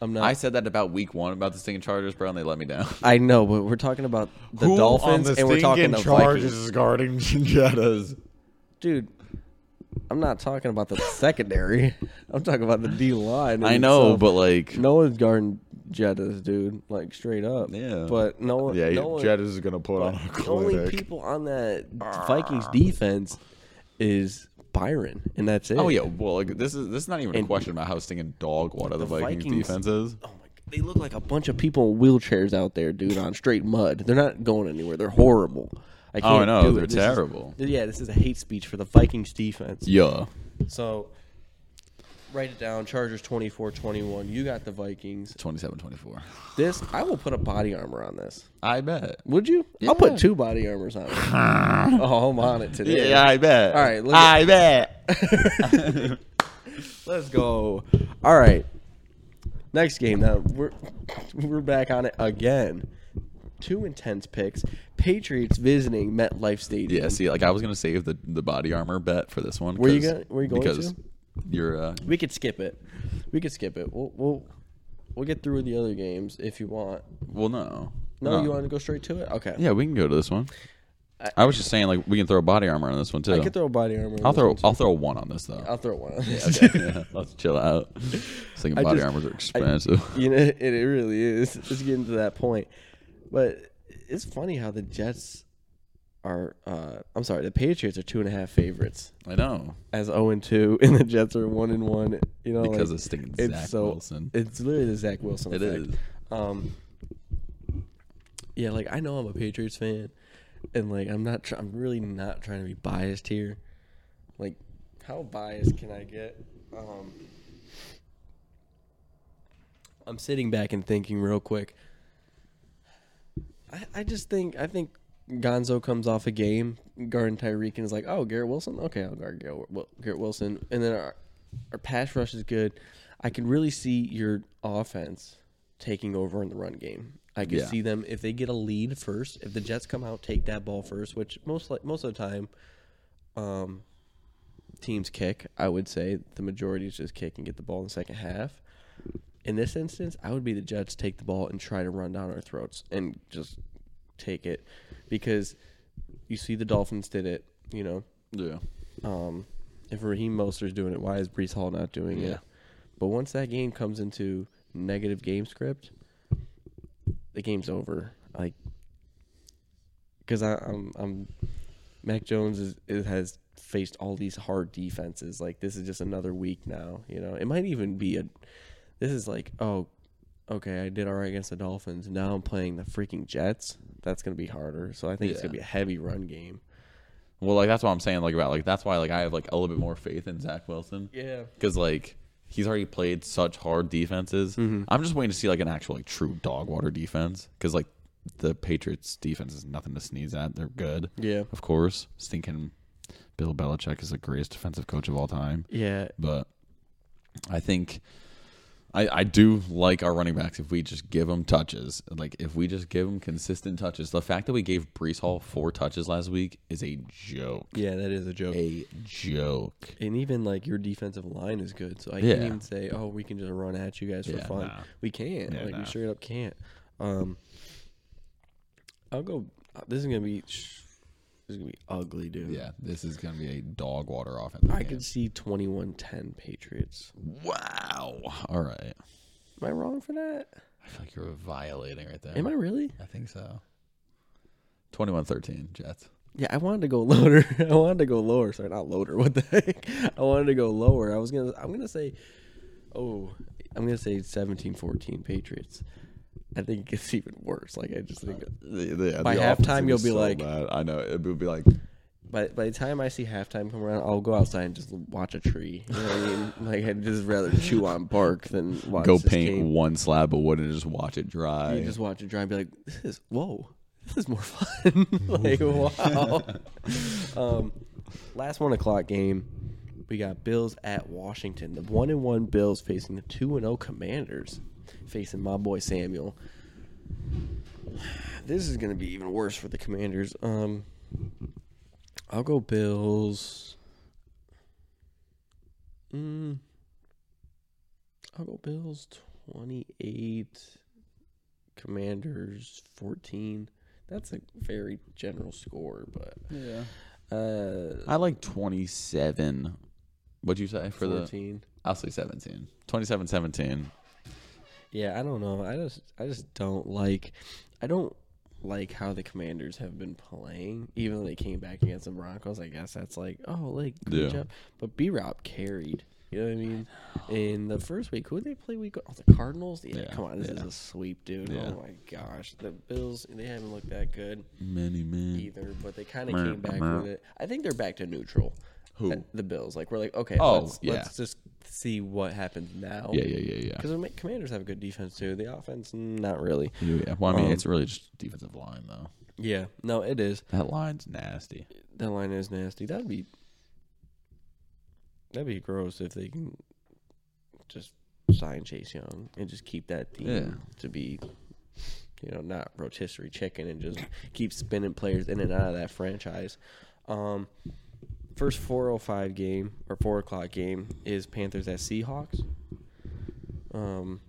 S1: I'm not.
S2: I said that about week one about the stinking Chargers, bro, and they let me down.
S1: I know, but we're talking about the Dolphins and we're talking the Vikings.
S2: is guarding Jettas.
S1: Dude, I'm not talking about the secondary. I'm talking about the D line.
S2: I know, but like,
S1: no one's guarding Jettas, dude. Like straight up.
S2: Yeah.
S1: But no one. no one,
S2: is gonna put on
S1: The only people on that Vikings defense is Byron, and that's it.
S2: Oh yeah, well, like, this is this is not even a question about how stinking dog water the, Vikings,
S1: Vikings-
S2: defense is.
S1: Oh my god, they look like a bunch of people in wheelchairs out there, dude, on straight mud. They're not going anywhere. They're horrible. I
S2: Oh,
S1: can't
S2: I know,
S1: do
S2: they're
S1: it. This is-
S2: terrible.
S1: yeah, this is a hate speech for the Vikings defense.
S2: Yeah,
S1: So write it down. Chargers 24-21. You got the Vikings.
S2: 27-24.
S1: This I will put a body armor on this.
S2: I bet.
S1: Would you? I'll put two body armors on it. oh, I'm on it today.
S2: I bet.
S1: All right, look at-
S2: I bet.
S1: Let's go. All right. Next game now. We're we're back on it again. Two intense picks. Patriots visiting MetLife Stadium.
S2: Yeah, see, like I was gonna save the, the body armor bet for this one.
S1: Mm-hmm. Where you
S2: 'cause-
S1: gonna- where you going
S2: Because
S1: to?
S2: you're uh,
S1: We could skip it. We could skip it. We'll we'll we'll get through the other games if you want.
S2: well, no,
S1: No, you want to go straight to it? Okay.
S2: Yeah, we can go to this one.
S1: I-
S2: I, was just saying, like, we can throw body armor on this one too.
S1: I could throw a body armor.
S2: I'll throw. I'll throw one on this though.
S1: I'll throw one. on this.
S2: Okay, yeah, let's chill out. Thinking body
S1: just-
S2: armors are expensive.
S1: You know, it, it really is. It's getting to that point. But it's funny how the Jets are. Uh, I'm sorry, the Patriots are two and a half favorites
S2: I, know
S1: as zero and two, and the Jets are one and one. You know,
S2: because
S1: like,
S2: of stinking
S1: it's
S2: Zach
S1: so-
S2: Wilson.
S1: it's literally the Zach Wilson.
S2: It
S1: effect.
S2: is.
S1: Um, yeah, like I know I'm a Patriots fan, and like I'm not. Tr- I'm really not trying to be biased here. Like, how biased can I get? Um, I'm sitting back and thinking real quick. I, I just think I think Gonzo comes off a game, guarding Tyreek, and is like, "Oh, Garrett Wilson, okay, I'll guard Garrett Wil- Garrett Wilson." And then our our pass rush is good. I can really see your offense taking over in the run game. I can
S2: Yeah.
S1: see them if they get a lead first. If the Jets come out, take that ball first, which most like most of the time, um, teams kick. I would say the majority is just kick and get the ball in the second half. In this instance, I would be the Jets take the ball and try to run down our throats and just take it because you see the Dolphins did it. You know,
S2: Yeah.
S1: um, if Raheem Mostert's doing it, why is Brees Hall not doing
S2: Yeah.
S1: it? But once that game comes into negative game script, the game's over. Like, because I'm I'm Mac Jones is, is has faced all these hard defenses. Like this is just another week now. You know, it might even be a. This is like oh, okay, I did all right against the Dolphins. Now I'm playing the freaking Jets. That's gonna be harder. So I think it's
S2: Yeah.
S1: gonna be a heavy run game.
S2: Well, like that's what I'm saying. Like about like that's why like I have like a little bit more faith in Zach Wilson
S1: Yeah.
S2: because like he's already played such hard defenses. I'm just waiting to see like an actual like true dog water defense because like the Patriots defense is nothing to sneeze at. They're good,
S1: Yeah.
S2: of course. Stinking Bill Belichick is the greatest defensive coach of all time,
S1: Yeah.
S2: but I think. I, I do like our running backs if we just give them touches. Like, if we just give them consistent touches. The fact that we gave Brees Hall four touches last week is a joke.
S1: Yeah, that is a joke.
S2: a joke.
S1: And even like your defensive line is good, so I
S2: Yeah.
S1: can't even say, "Oh, we can just run at you guys for
S2: Yeah,
S1: fun."
S2: nah.
S1: We can't.
S2: Yeah,
S1: like
S2: nah.
S1: we straight up can't. Um, I'll go. uh, This is gonna be. This is gonna be ugly, dude.
S2: Yeah, this is gonna be a dog water offense.
S1: I could see 21-10 Patriots.
S2: Wow. All right.
S1: Am I wrong for that?
S2: I feel like you're violating right there.
S1: Am I really?
S2: I think so. 21-13 Jets.
S1: Yeah, I wanted to go lower. I wanted to go lower. Sorry, not loader. What the heck? I wanted to go lower. I was gonna. I'm gonna say. Oh, I'm gonna say 17-14 Patriots. I think it's even worse. Like I just think. By the offense halftime, would be you'll be so like-
S2: I know it would be like,
S1: By, by the time I see halftime come around, I'll go outside and just watch a tree. You know what I mean? Like I'd just rather chew on bark than watch
S2: go
S1: this
S2: paint
S1: game.
S2: one slab of wood and just watch it dry.
S1: You just watch it dry and be like, "This is whoa, this is more fun." like wow. um, last one o'clock game, we got Bills at Washington. The one and one Bills facing the two and zero Commanders, facing my boy Samuel. This is gonna be even worse for the Commanders. Um, I'll go Bills. Mm, I'll go Bills 28, Commanders 14. That's a very general score, but
S2: yeah.
S1: uh
S2: I like 27. What'd you say for the?
S1: 14.
S2: I'll say 17. 27-17.
S1: Yeah, I don't know. I just I just don't like I don't like how the Commanders have been playing. Even though they came back against the Broncos, I guess that's like, oh, like good
S2: Yeah.
S1: job. But B Rob carried. You know what I mean? In the first week, who did they play week? Oh, the Cardinals. Yeah,
S2: Yeah,
S1: come on, this is
S2: yeah.
S1: a sweep, dude.
S2: Yeah.
S1: Oh my gosh, the Bills. They haven't looked that good
S2: Many men.
S1: either, but they kind of came back with it. I think they're back to neutral.
S2: Who?
S1: Uh, The Bills. Like we're like, okay,
S2: Oh,
S1: let's,
S2: yeah.
S1: let's just see what happens now.
S2: Yeah, yeah, yeah, yeah.
S1: Because the Commanders have a good defense too. The offense, mm, not really.
S2: Yeah. Well, I mean,
S1: Um,
S2: it's really just defensive line though.
S1: Yeah, no, it is.
S2: That line's nasty.
S1: That line is nasty. That'd be that'd be gross if they can just sign Chase Young and just keep that team
S2: Yeah.
S1: to be, you know, not rotisserie chicken and just keep spinning players in and out of that franchise. Um, first four oh five game or four o'clock game is Panthers at Seahawks. Um,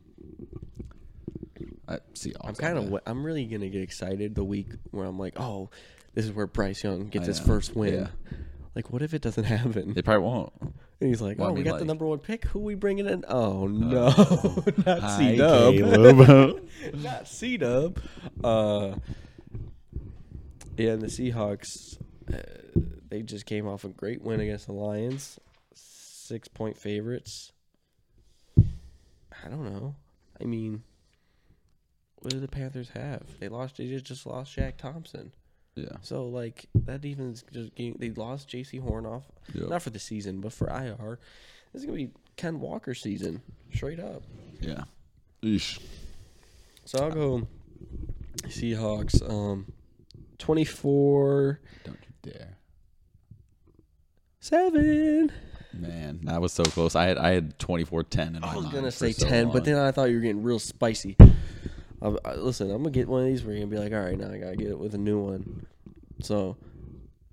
S2: I see.
S1: I'm kind of I'm really gonna get excited the week where I'm like, oh, this is where Bryce Young gets
S2: I
S1: his
S2: know.
S1: first win.
S2: Yeah.
S1: Like, what if it doesn't happen?
S2: They probably won't.
S1: And he's like,
S2: Well, I
S1: oh, we
S2: mean,
S1: got the
S2: like- Uh,
S1: number one pick. Who we bringing in? Oh no, not C Dub,
S2: Caleb.
S1: not C Dub. Uh, yeah, and the Seahawks, uh, they just came off a great win against the Lions, six point favorites. I don't know. I mean, what do the Panthers have? They lost. They just- just lost Shaq Thompson.
S2: yeah.
S1: So like that even is just getting, they lost J.C. Hornoff
S2: Yep.
S1: not for the season but for IR. This is gonna be Ken Walker season straight up.
S2: Yeah. Eesh.
S1: So I'll go Seahawks. Um, 24
S2: Don't you dare.
S1: 7.
S2: Man, that was so close. I had I had 24-10 in my
S1: I was
S2: mind
S1: gonna
S2: for
S1: say
S2: so
S1: ten,
S2: long.
S1: but then I thought you were getting real spicy. I, I, listen, I'm gonna get one of these where you're gonna be like, all right, now I gotta get it with a new one. So,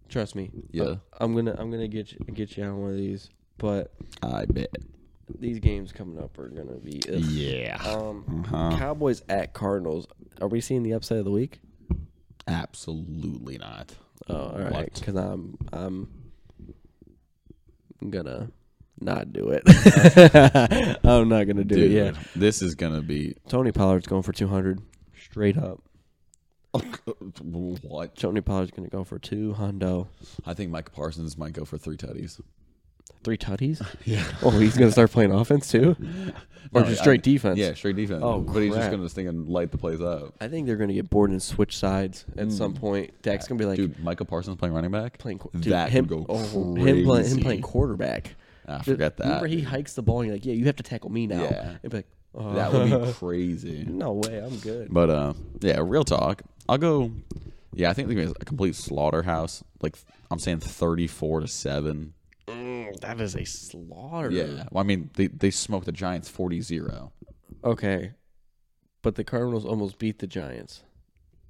S1: trust me.
S2: Yeah.
S1: I, am gonna I'm gonna get you, get you on one of these. But
S2: I bet.
S1: these games coming up are gonna be ugh.
S2: Yeah.
S1: um
S2: Uh-huh.
S1: Cowboys at Cardinals. Are we seeing the upset of the week?
S2: Absolutely not.
S1: Oh, all right, because I'm I'm gonna not do it. I'm not gonna do
S2: Dude,
S1: it. Yeah.
S2: this is gonna be
S1: Tony Pollard's going for 200 straight up.
S2: what?
S1: Tony Pollard's going to go for two hundo,
S2: I think Micah Parsons might go for three tutties.
S1: three tutties.
S2: Yeah.
S1: Oh, he's going to start playing offense too, or
S2: No,
S1: just
S2: I-
S1: straight defense.
S2: Yeah, straight defense.
S1: Oh,
S2: but he's just
S1: crap.
S2: gonna sting and light the plays up.
S1: I think they're going to get bored and switch sides at some point. Dak's going to be like
S2: Mm. Dude, Micah Parsons playing running back.
S1: playing qu-
S2: that
S1: him,
S2: would go
S1: oh, him playing him
S2: crazy.
S1: playing quarterback.
S2: I forget that.
S1: Remember, he hikes the ball and you're like, yeah, you have to tackle me now.
S2: Yeah.
S1: It'd be like, oh,
S2: that would be crazy.
S1: no way, I'm good.
S2: But uh, yeah, real talk. I'll go. Yeah, I think it's a complete slaughterhouse. Like I'm saying, thirty-four to seven.
S1: Mm, that is a slaughter.
S2: Yeah. Well, I mean, they they smoked the Giants 40-0.
S1: Okay, but the Cardinals almost beat the Giants.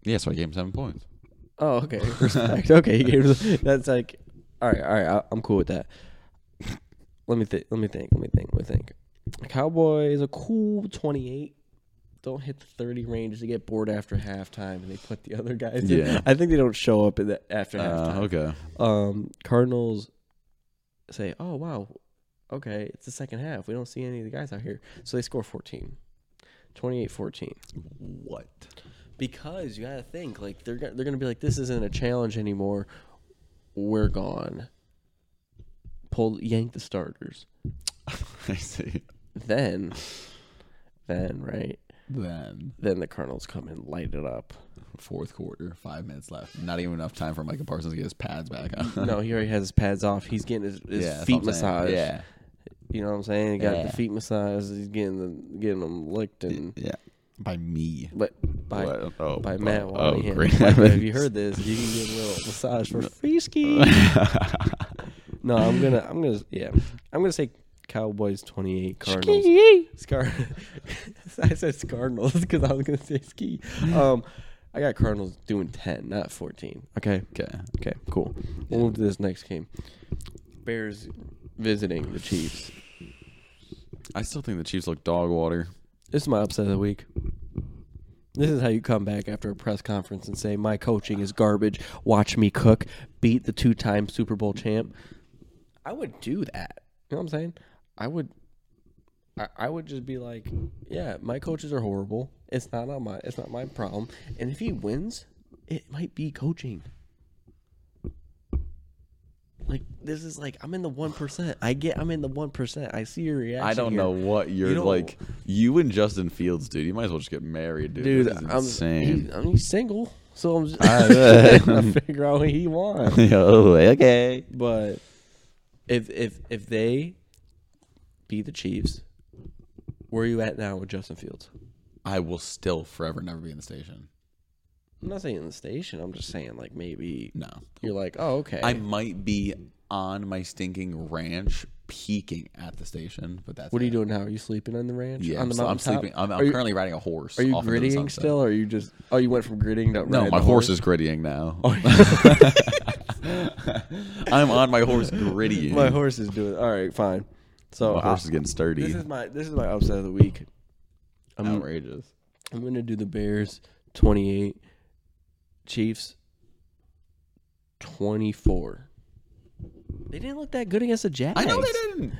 S2: Yeah, so I gave him seven points.
S1: Oh, okay. Respect. okay, he gave us- that's like, all right, all right. I, I'm cool with that. Let me think. Let me think. Let me think. Let me think. Cowboys a cool 28. Don't hit the 30 range. They get bored after halftime, and they put the other guys.
S2: Yeah.
S1: in. I think they don't show up in the, after
S2: Uh,
S1: halftime.
S2: okay.
S1: Um, Cardinals say, "Oh wow, okay, it's the second half. We don't see any of the guys out here." So they score 14, 28-14
S2: What?
S1: because you gotta think like they're go- they're gonna be like this isn't a challenge anymore. We're gone. Pull yank the starters.
S2: I see.
S1: Then, then right
S2: Then
S1: then the Cardinals come and light it up.
S2: fourth quarter, five minutes left. Not even enough time for Micah Parsons to get his pads back on.
S1: no, he already has his pads off. He's getting his, his
S2: Uh-huh. that's
S1: feet
S2: what I'm saying.
S1: massaged.
S2: Yeah.
S1: you know what I'm saying. He got
S2: Yeah.
S1: the feet massaged. He's getting the, getting them licked and
S2: Yeah. By me.
S1: but Mm. by.
S2: What? oh,
S1: By Matt
S2: oh,
S1: Wanahan.
S2: Oh, great.
S1: Like, if you heard this, you can get a little massage for free ski. No, I'm gonna, I'm gonna, yeah, I'm gonna say Cowboys 28, Cardinals. Scar. I said Cardinals because I was gonna say ski. Um, I got Cardinals doing 10, not 14. Okay,
S2: okay.
S1: okay, cool. We'll move to this next game. Bears visiting the Chiefs.
S2: I still think the Chiefs look dog water.
S1: This is my upset of the week. This is how you come back after a press conference and say, "My coaching is garbage. Watch me cook. Beat the two-time Super Bowl champ." I would do that. You know what I'm saying? I would. I, I would just be like, "Yeah, my coaches are horrible. It's not on my. It's not my problem. And if he wins, it might be coaching." Like this is like I'm in the one percent. I get I'm in the one percent. I see your reaction.
S2: I don't
S1: here.
S2: know what you're
S1: You don't-
S2: like. You and Justin Fields, dude. You might as well just get married, dude.
S1: dude.
S2: This is
S1: I'm
S2: insane.
S1: He's, I'm he's single, so I'm just trying to figure out what he wants.
S2: oh, okay.
S1: But if if if they beat the Chiefs, where are you at now with Justin Fields?
S2: I will still forever never be in the station.
S1: I'm not saying in the station. I'm just saying like maybe
S2: No.
S1: you're like, oh okay,
S2: I might be on my stinking ranch peeking at the station, but that's
S1: what are you
S2: it.
S1: doing now? Are you sleeping on the ranch?
S2: Yeah,
S1: on
S2: I'm,
S1: the
S2: so- I'm
S1: mountaintop?
S2: sleeping. I'm,
S1: are
S2: I'm
S1: you,
S2: currently riding a horse.
S1: are you
S2: off into the
S1: grittying
S2: sunset.
S1: still? Or are you just? Oh, you went from grittying to
S2: No,
S1: riding
S2: my
S1: the
S2: horse is grittying now. I'm on my horse grittying.
S1: My horse is doing all right. Fine. So
S2: My
S1: I-
S2: horse is getting sturdy.
S1: this is my this is my upset of the week. I'm,
S2: outrageous.
S1: I'm gonna do the Bears 28, Chiefs 24. They didn't look that good against the Jags.
S2: I know they didn't.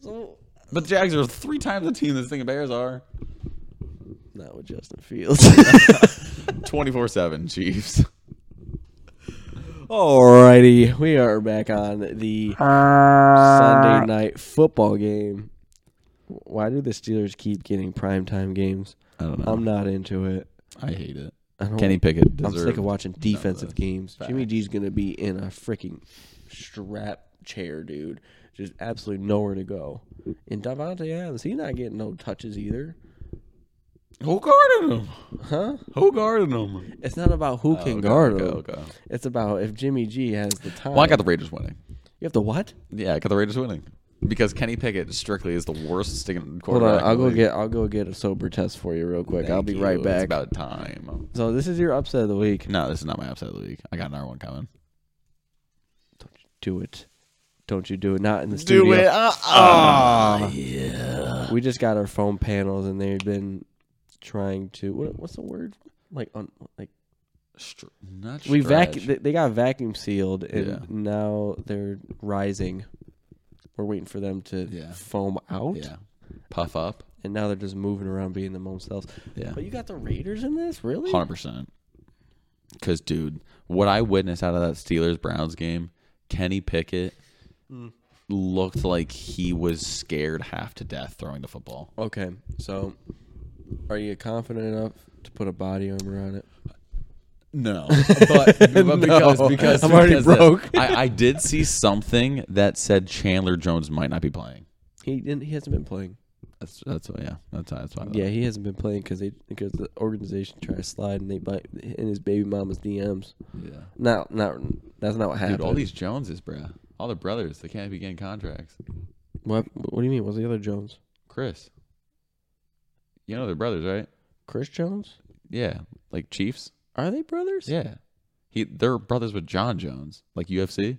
S1: So,
S2: But the Jags are three times the team this thing Bears are.
S1: not with Justin Fields.
S2: 24 7 Chiefs.
S1: Alrighty, we are back on the Sunday night football game. Why do the Steelers keep getting primetime games?
S2: I don't
S1: I'm not into it.
S2: Um, I hate it.
S1: I don't,
S2: Kenny Pickett
S1: I'm
S2: deserved.
S1: sick of watching defensive
S2: this.
S1: games. Jimmy G's gonna be in a freaking strap chair, dude. Just absolutely nowhere to go. And Davante Adams, he's not getting no touches either.
S2: Who guarded him?
S1: Huh?
S2: Who guarded him?
S1: It's not about who
S2: Oh,
S1: can guard him. It's about if Jimmy G has the time.
S2: Well, I got the Raiders winning.
S1: you have the what?
S2: Yeah, I got the Raiders winning because Kenny Pickett strictly is the worst sticking
S1: Hold
S2: quarterback.
S1: on,
S2: in
S1: I'll
S2: the
S1: go
S2: league.
S1: get I'll go get a sober test for you real quick. I'll
S2: Thank
S1: be
S2: you.
S1: right
S2: It's
S1: back.
S2: about time.
S1: so this is your upset of the week.
S2: No, this is not my upset of the week. I got another one coming.
S1: Do it. Don't you do it. Uh-uh. Not in the studio.
S2: Uh,
S1: We just got our phone panels and they've been trying to what, what's the word? Like on like
S2: not
S1: we vac
S2: stretch.
S1: they, they got vacuum sealed and
S2: Yeah.
S1: now they're rising. We're waiting for them to
S2: Yeah.
S1: foam out.
S2: Yeah. Puff up.
S1: And now they're just moving around being themselves.
S2: Yeah.
S1: But you got the Raiders in this? Really?
S2: Hundred percent. Because, dude, what I witnessed out of that Steelers Browns game, Kenny Pickett looked like he was scared half to death throwing the football.
S1: Okay. So are you confident enough to put a body armor on it?
S2: No, but, but because because
S1: I'm already
S2: because this.
S1: broke.
S2: I, I did see something that said Chandler Jones might not be playing.
S1: He didn't he hasn't been playing.
S2: That's that's what, yeah. That's that's why.
S1: Yeah, he hasn't been playing because they because the organization tried to slide and they bite in his baby mama's DMs.
S2: yeah.
S1: Not not that's not what happened.
S2: Dude, all these Joneses, bruh. All the brothers, they can't be getting contracts.
S1: what what do you mean? What's the other Jones?
S2: Chris, you know they're brothers, right?
S1: Chris Jones?
S2: Yeah, like Chiefs.
S1: Are they brothers?
S2: Yeah, he they're brothers with John Jones, like UFC.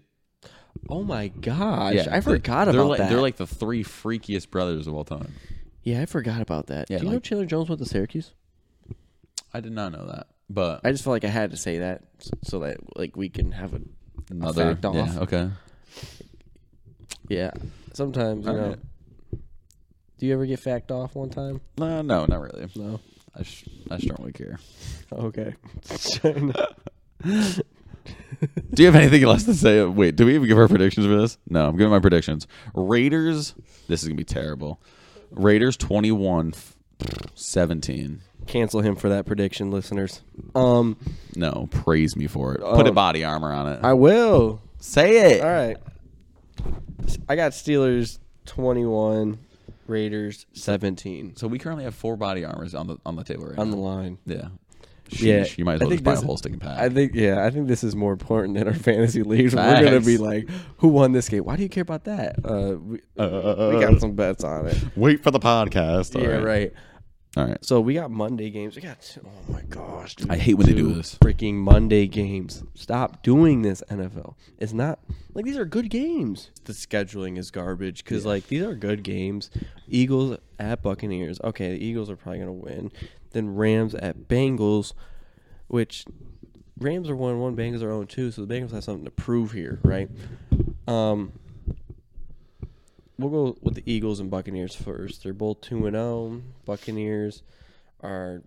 S1: Oh my gosh,
S2: yeah,
S1: I forgot
S2: they're,
S1: about
S2: like,
S1: that.
S2: They're like the three freakiest brothers of all time.
S1: yeah, I forgot about that.
S2: Yeah,
S1: do you know
S2: like-
S1: Chandler Jones went to Syracuse?
S2: I did not know that, but
S1: I just felt like I had to say that s- so that like we can have a
S2: another
S1: fact off.
S2: yeah, okay.
S1: yeah. Sometimes you
S2: All
S1: know.
S2: right.
S1: Do you ever get fact off one time?
S2: No, no, not really.
S1: No.
S2: I sh- I just don't really care.
S1: Okay.
S2: Do you have anything else to say? Wait, do we even give our predictions for this? No, I'm giving my predictions. Raiders, this is going to be terrible. Raiders 21 f- 17.
S1: Cancel him for that prediction, listeners. Um,
S2: No, praise me for it. Put a
S1: Um,
S2: body armor on it.
S1: I will.
S2: say it.
S1: All right. I got Steelers 21, Raiders 17
S2: So we currently have four body armors on the on the table right
S1: on the
S2: now.
S1: line.
S2: yeah.
S1: Yeah,
S2: Sheesh, you might as
S1: I
S2: well
S1: think
S2: just buy a
S1: this-
S2: whole sticking pack.
S1: I think yeah, I think this is more important than our fantasy leagues. We're gonna
S2: Facts.
S1: be like, who won this game? Why do you care about that? Uh, we, we got some bets on it.
S2: Wait for the podcast. All
S1: yeah, right.
S2: All right.
S1: So we got Monday games. We got oh my gosh, dude.
S2: I hate when they do
S1: Two
S2: this.
S1: Freaking Monday games. Stop doing this, NFL. It's not like these are good games. The scheduling is garbage because like these are good games. Eagles at Buccaneers. Okay, the Eagles are probably gonna win. Then Rams at Bengals, which Rams are one one, Bengals are 0 two, so the Bengals have something to prove here, right? Um We'll go with the Eagles and Buccaneers first. They're both two and zero. Buccaneers are,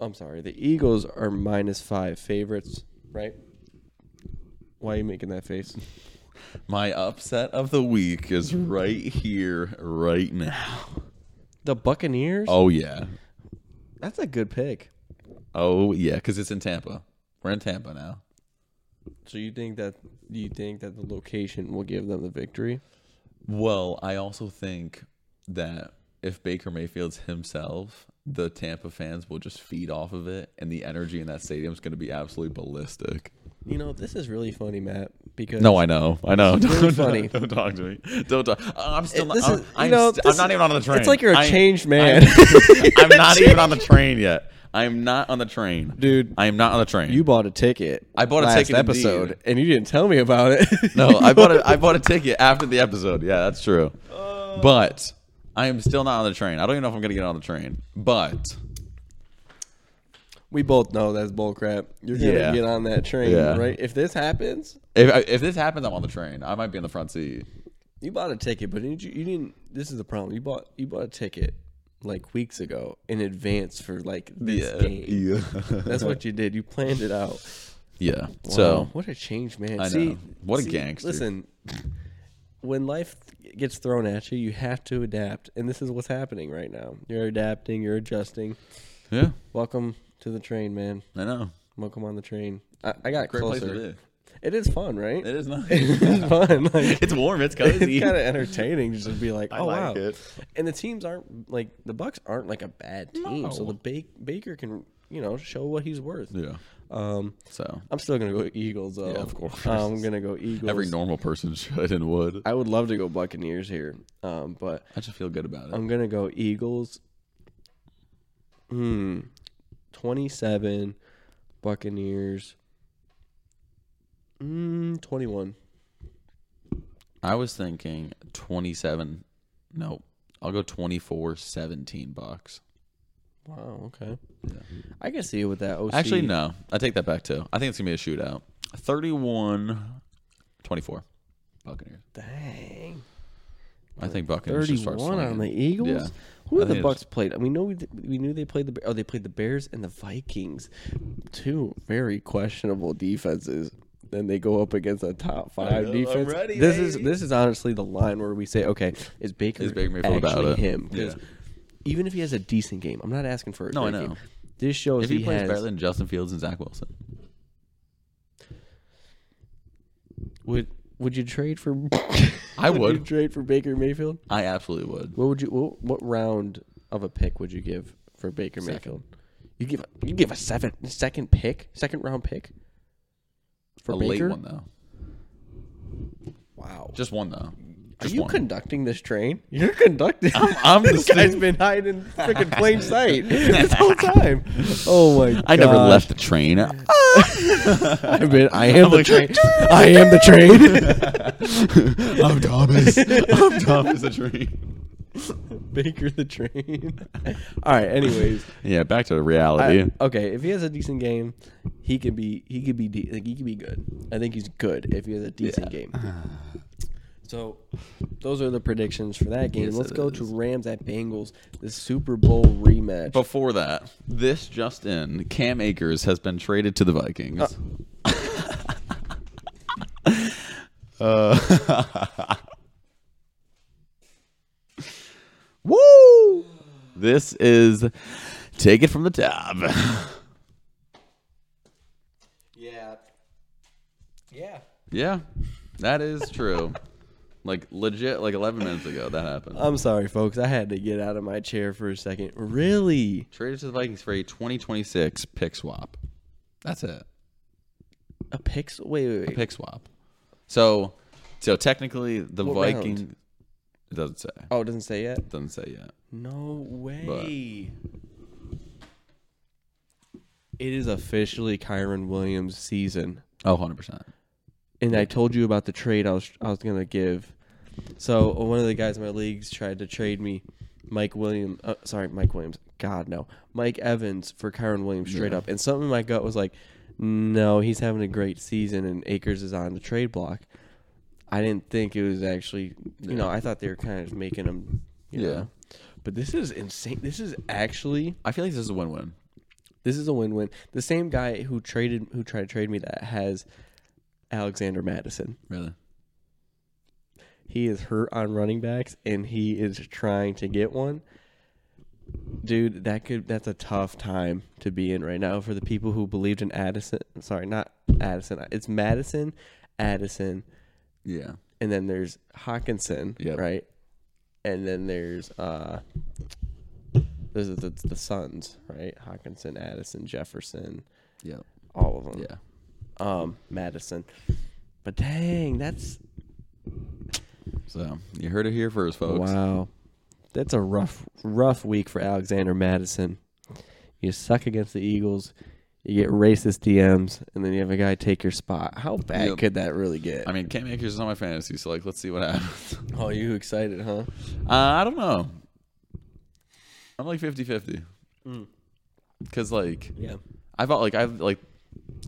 S1: I'm sorry, the Eagles are minus five favorites, right? Why are you making that face?
S2: My upset of the week is right here, right now.
S1: The Buccaneers.
S2: Oh yeah.
S1: That's a good pick.
S2: Oh yeah, because it's in Tampa. We're in Tampa now.
S1: So you think that you think that the location will give them the victory?
S2: Well, I also think that if Baker Mayfield's himself, the Tampa fans will just feed off of it, and the energy in that stadium is going to be absolutely ballistic.
S1: You know, this is really funny, Matt. Because
S2: No, I know, I know. Don't,
S1: really funny.
S2: don't- Don't, talk to me. Don't talk. I'm still.
S1: It-
S2: not,
S1: this
S2: I'm,
S1: is- you
S2: I'm
S1: know,
S2: st-
S1: this
S2: I'm not
S1: is-
S2: even on the
S1: it's
S2: train.
S1: like you're a
S2: I-
S1: changed man.
S2: I'm, I'm not even on the train yet. I'm not on the train,
S1: Dude.
S2: I am not on the train.
S1: you bought a ticket.
S2: I bought a
S1: last
S2: ticket,
S1: episode,
S2: indeed.
S1: and you didn't tell me about it.
S2: No, I bought a, I bought a ticket after the episode. Yeah, that's true. But I am still not on the train. I don't even know if I'm gonna get on the train. But
S1: We both know that's bull crap. You're gonna
S2: Yeah.
S1: get on that train,
S2: Yeah.
S1: right? If this happens,
S2: if I- if this happens, I'm on the train. I might be in the front seat.
S1: you bought a ticket, but didn't you, you didn't. This is the problem. You bought you bought a ticket like weeks ago in advance for like this game.
S2: yeah,
S1: That's what you did. You planned it out.
S2: yeah.
S1: Wow,
S2: So
S1: what a change, man.
S2: I
S1: See,
S2: know. What a
S1: see,
S2: gangster.
S1: Listen, when life gets thrown at you, you have to adapt, and this is what's happening right now. You're adapting. You're adjusting.
S2: yeah,
S1: Welcome to the train, man.
S2: I know.
S1: Welcome on the train. I, I got
S2: Great place
S1: closer.
S2: to be.
S1: It is fun, right?
S2: It is not.
S1: it's fun. Like,
S2: it's warm. It's
S1: it's
S2: cozy.
S1: kind of entertaining just to be like, oh wow.
S2: like it.
S1: And the teams aren't like the Bucks aren't like a bad team, so
S2: No.
S1: the ba- Baker can you know show what he's worth.
S2: yeah.
S1: Um,
S2: So
S1: I'm still gonna go Eagles though.
S2: Yeah, of course.
S1: I'm gonna go Eagles.
S2: every normal person should and would.
S1: I would love to go Buccaneers here, um, but
S2: I just feel good about it.
S1: I'm gonna go Eagles. Hmm, twenty-seven, Buccaneers. Mm, twenty-one.
S2: I was thinking 27. No, I'll go 24, 17 bucks.
S1: Wow. Okay. I can see it with that. OC.
S2: Actually, no. I take that back too. I think it's going to be a shootout. 31, 24. Buccaneers.
S1: Dang.
S2: I think Buccaneers should start
S1: 31 on the
S2: slinging.
S1: Eagles.
S2: Yeah.
S1: Who
S2: I
S1: have the
S2: think
S1: Bucks played? I mean, no, we, we knew they played the Bear- oh they played the Bears and the Vikings, two very questionable defenses. Then they go up against a top five
S2: know, I'm
S1: defense.
S2: ready,
S1: this is
S2: baby.
S1: this is honestly the line where we say, okay, is Baker,
S2: Is Baker Mayfield
S1: actually
S2: about it?
S1: him? 'Cause
S2: Yeah.
S1: even if he has a decent game, I'm not asking for a
S2: No, I
S1: great
S2: know.
S1: game. This shows
S2: If he, plays
S1: has,
S2: better than Justin Fields and Zach Wilson,
S1: would would you trade for?
S2: I
S1: you
S2: would.
S1: trade for Baker Mayfield.
S2: I absolutely would.
S1: What would you? What, what round of a pick would you give for Baker Mayfield? You give you give a seven second pick, second round pick for
S2: a
S1: Baker.
S2: late one, though.
S1: Wow,
S2: Just one, though.
S1: are
S2: Just
S1: you
S2: one.
S1: conducting this train? You're conducting.
S2: I'm the
S1: this guy's
S2: student.
S1: been hiding in freaking plain sight this whole time. Oh my!
S2: I never
S1: gosh.
S2: left the train. Ah!
S1: I've been. I am the
S2: like,
S1: train. I am the train.
S2: I'm dumb as I'm dumb as a train.
S1: Baker the train. All right. Anyways.
S2: Yeah, back to
S1: I-
S2: reality.
S1: okay, if he has a decent game, he could be he could be de- like he could be good. I think he's good if he has a decent game. So, those are the predictions for that game.
S2: Yes,
S1: Let's
S2: it
S1: go to
S2: is.
S1: Rams at Bengals, the Super Bowl rematch.
S2: Before that, this just in: Cam Akers has been traded to the Vikings. Uh, Woo! This is take it from the top.
S1: yeah, yeah.
S2: yeah, that is true. like legit, like 11 minutes ago that happened.
S1: I'm sorry, folks. I had to get out of my chair for a second. Really?
S2: traded to the Vikings for a 2026 pick swap. That's it.
S1: A pick? s- Wait, wait, wait.
S2: Pick swap. So, so technically the
S1: What round?
S2: Vikings it doesn't say.
S1: Oh, it doesn't say yet.
S2: Doesn't say yet.
S1: No way. It is officially Kyron Williams' season.
S2: Oh, 100 percent.
S1: and I told you about the trade I was I was gonna give. So one of the guys in my leagues tried to trade me Mike Williams. Uh, sorry, Mike Williams. God no, Mike Evans for Kyron Williams straight up. And something in my gut was like, no, he's having a great season, and Akers is on the trade block. I didn't think it was actually, you know, I thought they were kind of just making him, you
S2: Yeah.
S1: know. But this is insane. This is actually
S2: I feel like this is a win-win.
S1: this is a win-win. The same guy who traded who tried to trade me that has Alexander Madison.
S2: Really?
S1: He is hurt on running backs and he is trying to get one. Dude, that could that's a tough time to be in right now for the people who believed in Addison. Sorry, not Addison. It's Madison, Addison,
S2: Yeah.
S1: and then there's Hawkinson,
S2: Yep.
S1: right? And then there's uh those are the, the sons, right? Hawkinson, Addison, Jefferson,
S2: Yeah.
S1: all of them
S2: Yeah.
S1: um, Madison. But dang, that's
S2: So you heard it here first, folks.
S1: wow, that's a rough, rough week for Alexander Madison. You suck against the Eagles, you get racist DMs, and then you have a guy take your spot. How bad
S2: Yep.
S1: could that really get?
S2: I mean, Cam Akers is on my fantasy, so like, let's see what happens.
S1: oh, you excited, huh?
S2: Uh, I don't know. I'm like 50-50. Cause like
S1: Yeah.
S2: I felt like I've like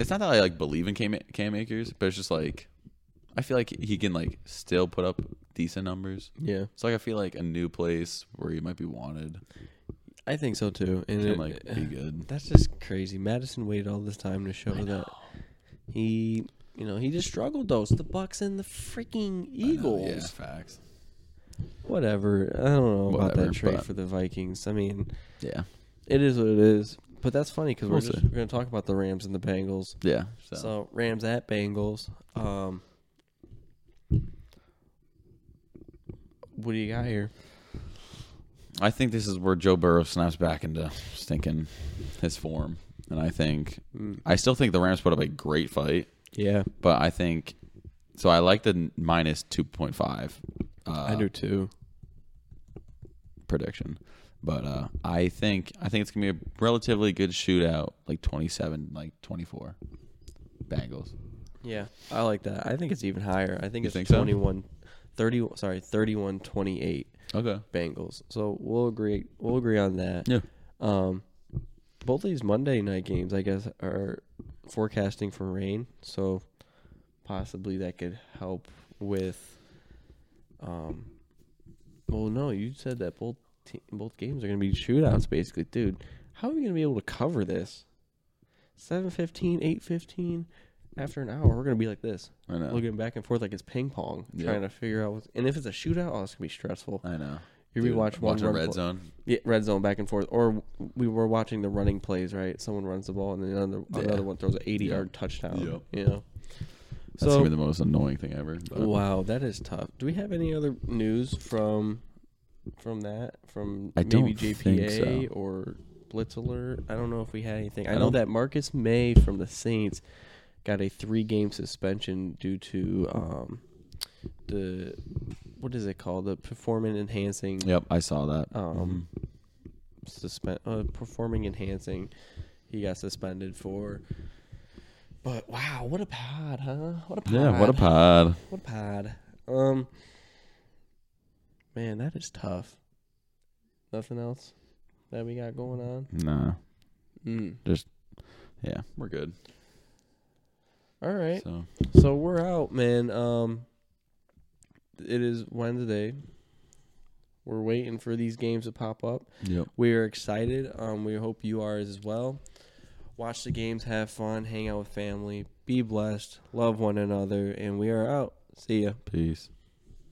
S2: it's not that I like believe in Cam, Cam Akers, but it's just like I feel like he can like still put up decent numbers.
S1: Yeah,
S2: It's like I feel like a new place where he might be wanted
S1: I think so too. And
S2: can
S1: it-
S2: like be good.
S1: that's just crazy. Madison waited all this time to show that he, you know, he just struggled though. It's the Bucks and the freaking Eagles.
S2: Yeah, facts.
S1: Whatever. I don't know about
S2: Whatever,
S1: that trade
S2: but-
S1: for the Vikings. I mean,
S2: Yeah.
S1: it is what it is. But that's funny because we're,
S2: We'll
S1: just
S2: see.
S1: we're going to talk about the Rams and the Bengals.
S2: Yeah.
S1: So, Rams at Bengals. Um, what do you got here?
S2: I think this is where Joe Burrow snaps back into stinking his form. And I think
S1: Mm.
S2: I still think the Rams put up a great fight,
S1: Yeah,
S2: but I think so I like the n- minus 2.5
S1: I
S2: uh,
S1: do too.
S2: prediction. But uh, I think I think it's going to be a relatively good shootout, like 27 like 24. Bengals.
S1: Yeah, I like that. I think it's even higher. I think
S2: You
S1: it's
S2: think so?
S1: 21 30 sorry, 31 28
S2: Okay.
S1: Bengals. So we'll agree we'll agree on that.
S2: Yeah.
S1: Um both these Monday night games I guess are forecasting for rain, so possibly that could help with um well no, you said that both te- both games are going to be shootouts basically, dude. How are we going to be able to cover this? 7:15, 8:15 after an hour we're going to be like this
S2: I know.
S1: looking back and forth like it's ping pong,
S2: Yeah.
S1: trying to figure out. What's, and if it's a shootout, oh, it's gonna be stressful.
S2: I know.
S1: Here we
S2: Dude,
S1: watch one
S2: watching
S1: run
S2: red
S1: pl-
S2: zone.
S1: yeah, red zone back and forth, or we were watching the running plays. Right, someone runs the ball and then another
S2: Yeah.
S1: another one throws an eighty
S2: Yeah.
S1: yard touchdown.
S2: Yep.
S1: You know, So-
S2: That's gonna be the most annoying thing ever. but-
S1: wow, that is tough. Do we have any other news from from that from
S2: I
S1: maybe
S2: don't
S1: JPA
S2: think so.
S1: or Blitz Alert? I don't know if we had anything. I,
S2: I
S1: know
S2: don't-
S1: that Marcus May from the Saints got a three game suspension due to um the what is it called the performance enhancing
S2: Yep, I saw that.
S1: um
S2: Mm-hmm.
S1: suspend uh, performing enhancing he got suspended for but wow what a pod huh what a pod
S2: Yeah, what a pod.
S1: what pod? Um, man, that is tough. Nothing else that we got going on.
S2: Nah.
S1: Mm.
S2: Yeah, we're good.
S1: All right,
S2: So
S1: so we're out, man. Um, it is Wednesday. We're waiting for these games to pop up.
S2: yep.
S1: We are excited. Um, we hope you are as well. Watch the games, have fun, hang out with family, be blessed, love one another, and we are out. See ya.
S2: Peace.